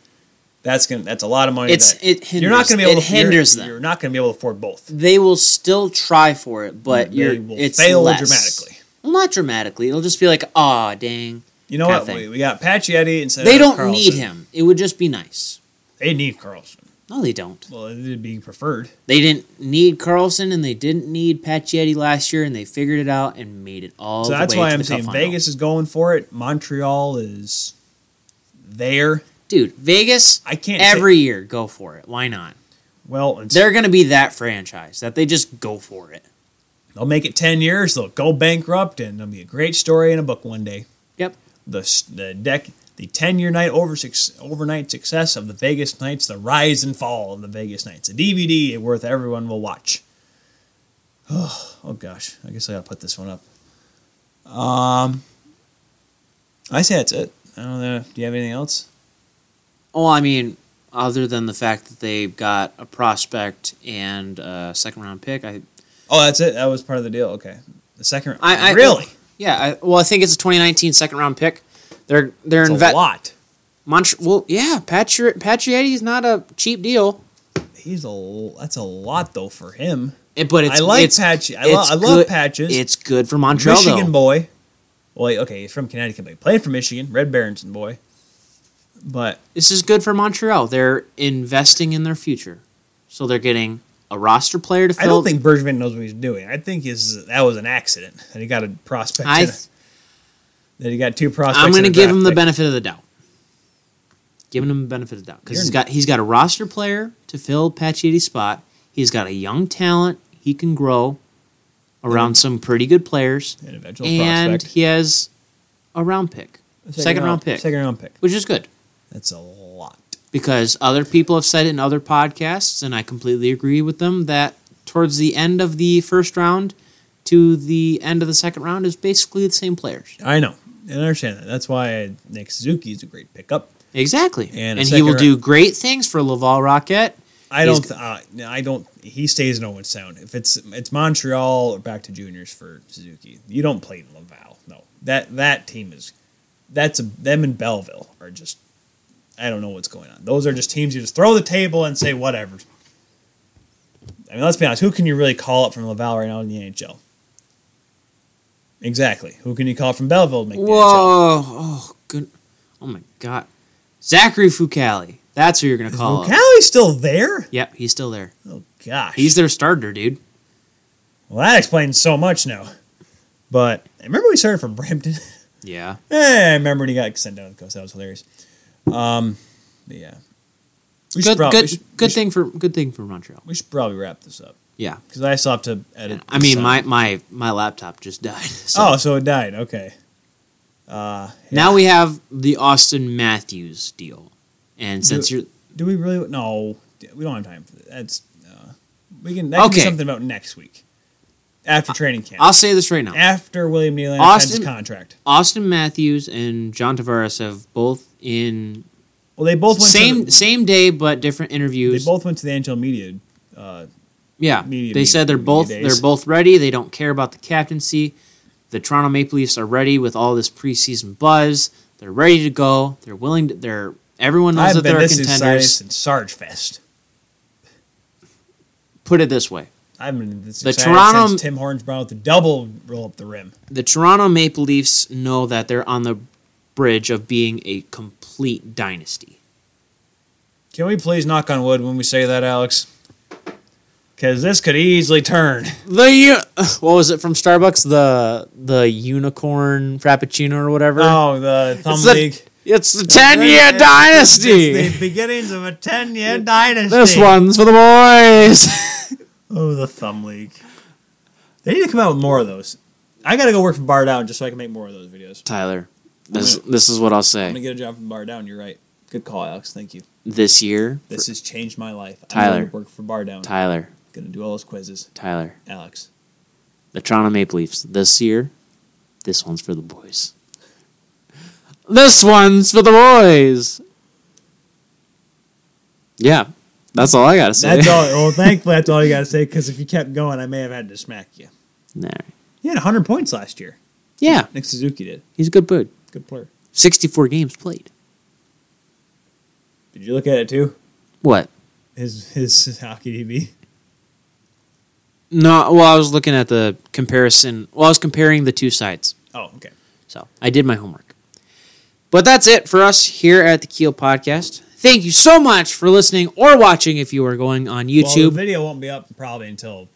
[SPEAKER 2] that's gonna that's a lot of money.
[SPEAKER 1] It's-
[SPEAKER 2] that,
[SPEAKER 1] it
[SPEAKER 2] you're not gonna
[SPEAKER 1] hinders-
[SPEAKER 2] be able
[SPEAKER 1] it
[SPEAKER 2] to you're-
[SPEAKER 1] hinders them.
[SPEAKER 2] You're not gonna be able to afford both.
[SPEAKER 1] They will still try for it, but
[SPEAKER 2] They
[SPEAKER 1] you're
[SPEAKER 2] will
[SPEAKER 1] it's
[SPEAKER 2] fail
[SPEAKER 1] less.
[SPEAKER 2] dramatically.
[SPEAKER 1] Well, not dramatically. It'll just be like, ah, dang.
[SPEAKER 2] You know
[SPEAKER 1] Kinda
[SPEAKER 2] what?
[SPEAKER 1] thing.
[SPEAKER 2] We, we got Pacioretty instead.
[SPEAKER 1] they
[SPEAKER 2] of
[SPEAKER 1] don't
[SPEAKER 2] Carlson.
[SPEAKER 1] need him. It would just be nice.
[SPEAKER 2] They need Carlson.
[SPEAKER 1] No, they don't.
[SPEAKER 2] Well, it'd be preferred.
[SPEAKER 1] They didn't need Carlson, and they didn't need Pacioretty last year, and they figured it out and made it all.
[SPEAKER 2] So
[SPEAKER 1] the
[SPEAKER 2] that's
[SPEAKER 1] way
[SPEAKER 2] why
[SPEAKER 1] to
[SPEAKER 2] I'm
[SPEAKER 1] the cup
[SPEAKER 2] saying
[SPEAKER 1] final.
[SPEAKER 2] Vegas is going for it. Montreal is there.
[SPEAKER 1] dude. Vegas
[SPEAKER 2] I can't say-
[SPEAKER 1] every year go for it. Why not?
[SPEAKER 2] Well, it's,
[SPEAKER 1] They're gonna be that franchise that they just go for it.
[SPEAKER 2] they'll make it ten years. They'll go bankrupt, and it'll be a great story in a book one day.
[SPEAKER 1] Yep.
[SPEAKER 2] The s- the deck, the ten year night over six, overnight success of the Vegas Knights, the rise and fall of the Vegas Knights, a DVD worth everyone will watch. Oh, gosh, I guess I gotta put this one up. Um, I say that's it. I don't know. Do you have anything else?
[SPEAKER 1] Well, I mean, other than the fact that they got a prospect and a second round pick, I,
[SPEAKER 2] Oh, that's it. That was part of the deal. Okay, the second.
[SPEAKER 1] I, I
[SPEAKER 2] really.
[SPEAKER 1] yeah. I, well, I think it's a 2019 second round pick. They're they're
[SPEAKER 2] It's a
[SPEAKER 1] inve-
[SPEAKER 2] lot.
[SPEAKER 1] Montr- well, yeah, Patri- Patrietti's not a cheap deal,
[SPEAKER 2] He's a. l- That's a lot though for him.
[SPEAKER 1] It- eh, but it's
[SPEAKER 2] I like
[SPEAKER 1] it's,
[SPEAKER 2] Patch. I, lo-
[SPEAKER 1] it's
[SPEAKER 2] I love
[SPEAKER 1] good-
[SPEAKER 2] patches.
[SPEAKER 1] It's good for Montreal
[SPEAKER 2] Michigan
[SPEAKER 1] though.
[SPEAKER 2] boy. Well, he- okay, he's from Connecticut, but he played for Michigan. Red Berenson boy. But
[SPEAKER 1] This is good for Montreal. They're investing in their future, so they're getting a roster player to fill.
[SPEAKER 2] I don't think Bergman knows what he's doing. I think his that was an accident that he got a prospect.
[SPEAKER 1] I
[SPEAKER 2] and a- that he got two prospects.
[SPEAKER 1] I'm going to
[SPEAKER 2] and a
[SPEAKER 1] give
[SPEAKER 2] draft
[SPEAKER 1] him the
[SPEAKER 2] pick.
[SPEAKER 1] benefit of the doubt. Giving him the benefit of the doubt because
[SPEAKER 2] You're-
[SPEAKER 1] he's got he's got a roster player to fill Pacioretty's spot. He's got a young talent he can grow around some pretty good players,
[SPEAKER 2] An eventual
[SPEAKER 1] and
[SPEAKER 2] prospect.
[SPEAKER 1] he has a round pick, second, round, pick,
[SPEAKER 2] Second round pick.
[SPEAKER 1] which is good
[SPEAKER 2] That's a lot.
[SPEAKER 1] because other people have said it in other podcasts, and I completely agree with them that towards the end of the first round to the end of the second round is basically the same players.
[SPEAKER 2] I know. I understand that. That's why Nick Suzuki is a great pickup.
[SPEAKER 1] Exactly.
[SPEAKER 2] And
[SPEAKER 1] And,
[SPEAKER 2] a
[SPEAKER 1] he will
[SPEAKER 2] second
[SPEAKER 1] do great things for Laval Rocket.
[SPEAKER 2] I
[SPEAKER 1] He's
[SPEAKER 2] don't. th- Uh, no, I don't. He stays in Owen Sound. If it's it's Montreal or back to juniors for Suzuki, you don't play in Laval. No, that that team is. That's a, them and Belleville are just. I don't know what's going on. Those are just teams you just throw the table and say whatever. I mean, let's be honest. Who can you really call up from Laval right now in the NHL? Exactly. Who can you call from Belleville to make the NHL?
[SPEAKER 1] Whoa! Oh, good. Oh my God, Zachary Fucali. That's who you're gonna call. up.
[SPEAKER 2] Callie's still there.
[SPEAKER 1] Yep, he's still there.
[SPEAKER 2] Oh gosh,
[SPEAKER 1] He's their starter, dude.
[SPEAKER 2] Well, that explains so much now. But remember we started from Brampton?
[SPEAKER 1] Yeah.
[SPEAKER 2] eh, I remember when he got sent down to the coast. That was hilarious. Um, but yeah. We
[SPEAKER 1] good,
[SPEAKER 2] prob-
[SPEAKER 1] good,
[SPEAKER 2] we should, we
[SPEAKER 1] good
[SPEAKER 2] should-
[SPEAKER 1] thing for good thing for Montreal.
[SPEAKER 2] We should probably wrap this up
[SPEAKER 1] Yeah.
[SPEAKER 2] because I still have to edit.
[SPEAKER 1] I mean,
[SPEAKER 2] this
[SPEAKER 1] my
[SPEAKER 2] out.
[SPEAKER 1] my my laptop just died. So
[SPEAKER 2] oh, so it died. Okay. Uh,
[SPEAKER 1] now we have the Austin Matthews deal, and since you're
[SPEAKER 2] do we really? No, we don't have time for that. That's uh, we can. That can be
[SPEAKER 1] Okay.
[SPEAKER 2] something about next week after training camp.
[SPEAKER 1] I'll say this right now.
[SPEAKER 2] after William Nylander signs his
[SPEAKER 1] Austin-
[SPEAKER 2] contract.
[SPEAKER 1] Austin Matthews and John Tavares have both in
[SPEAKER 2] Well, they both went To
[SPEAKER 1] same
[SPEAKER 2] the,
[SPEAKER 1] same day but different
[SPEAKER 2] they
[SPEAKER 1] interviews.
[SPEAKER 2] both went to the NHL media. Uh,
[SPEAKER 1] Yeah,
[SPEAKER 2] media-
[SPEAKER 1] they said they're
[SPEAKER 2] media
[SPEAKER 1] both
[SPEAKER 2] days.
[SPEAKER 1] they're both ready. They don't care about the captaincy. The Toronto Maple Leafs are ready with all this preseason buzz. They're ready to go. They're willing. To, they're everyone knows
[SPEAKER 2] I've
[SPEAKER 1] that
[SPEAKER 2] been
[SPEAKER 1] they're
[SPEAKER 2] this excited
[SPEAKER 1] contenders.
[SPEAKER 2] since Sarge Fest.
[SPEAKER 1] Put it this way:
[SPEAKER 2] I've been this
[SPEAKER 1] The
[SPEAKER 2] excited
[SPEAKER 1] Toronto-
[SPEAKER 2] since Tim Horns brought out the double roll up the rim.
[SPEAKER 1] the Toronto Maple Leafs know that they're on the bridge of being a complete dynasty.
[SPEAKER 2] Can we please knock on wood when we say that, Alex? Because this could easily turn.
[SPEAKER 1] The u- what was it from Starbucks? The the unicorn frappuccino or whatever.
[SPEAKER 2] Oh, the thumb
[SPEAKER 1] It's the-
[SPEAKER 2] league.
[SPEAKER 1] It's the 10 year dynasty.
[SPEAKER 2] It's the beginnings of a 10 year dynasty.
[SPEAKER 1] This one's for the boys.
[SPEAKER 2] Oh, the Thumb League. They need to come out with more of those. I gotta go work for Bar Down just so I can make more of those videos.
[SPEAKER 1] Tyler, this, this is what I'll
[SPEAKER 2] I'm gonna
[SPEAKER 1] say.
[SPEAKER 2] get a job from Bar Down. You're right. Good call, Alex. Thank you.
[SPEAKER 1] This year,
[SPEAKER 2] This has changed my life. I'm
[SPEAKER 1] Tyler.
[SPEAKER 2] gonna work for Bar Down.
[SPEAKER 1] Tyler,
[SPEAKER 2] Gonna do all those quizzes.
[SPEAKER 1] Tyler,
[SPEAKER 2] Alex.
[SPEAKER 1] the Toronto Maple Leafs. This year, this one's for the boys. This one's for the boys. Yeah, that's all I gotta say.
[SPEAKER 2] That's all. Well, thankfully, that's all you gotta say. Because if you kept going, I may have had to smack you.
[SPEAKER 1] All right.
[SPEAKER 2] He had 100 points last year.
[SPEAKER 1] Yeah,
[SPEAKER 2] Nick Suzuki did.
[SPEAKER 1] he's a good dude.
[SPEAKER 2] Good player.
[SPEAKER 1] 64 games played.
[SPEAKER 2] Did you look at it too?
[SPEAKER 1] What?
[SPEAKER 2] His his hockey DB.
[SPEAKER 1] No, well, I was looking at the comparison. Well, I was comparing the two sides.
[SPEAKER 2] Oh, okay.
[SPEAKER 1] So I did my homework. But that's it for us here at the Keel Podcast. Thank you so much for listening or watching if you are going on
[SPEAKER 2] Well,
[SPEAKER 1] YouTube.
[SPEAKER 2] the
[SPEAKER 1] Well,
[SPEAKER 2] video won't be up probably until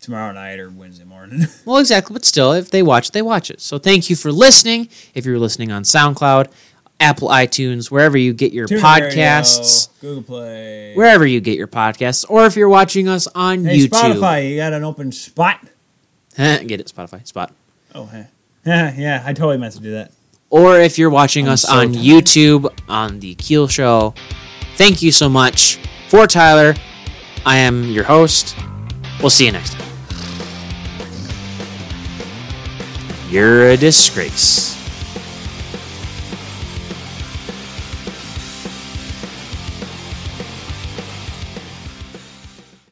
[SPEAKER 2] tomorrow night or Wednesday morning.
[SPEAKER 1] exactly. But still, if they watch, they watch it. So thank you for listening. If you're listening on SoundCloud, Apple iTunes, wherever you get your
[SPEAKER 2] Tuner
[SPEAKER 1] podcasts,
[SPEAKER 2] Radio, Google Play,
[SPEAKER 1] wherever you get your podcasts, or if you're watching us on
[SPEAKER 2] hey,
[SPEAKER 1] YouTube.
[SPEAKER 2] Spotify. You got an open spot?
[SPEAKER 1] get it, Spotify, Spot.
[SPEAKER 2] Oh, huh. yeah, yeah. I totally meant to do that.
[SPEAKER 1] or if you're watching
[SPEAKER 2] I'm
[SPEAKER 1] us
[SPEAKER 2] so
[SPEAKER 1] on
[SPEAKER 2] tired.
[SPEAKER 1] YouTube on the Keel Show, thank you so much. For Tyler, I am your host. We'll see you next time. You're a disgrace.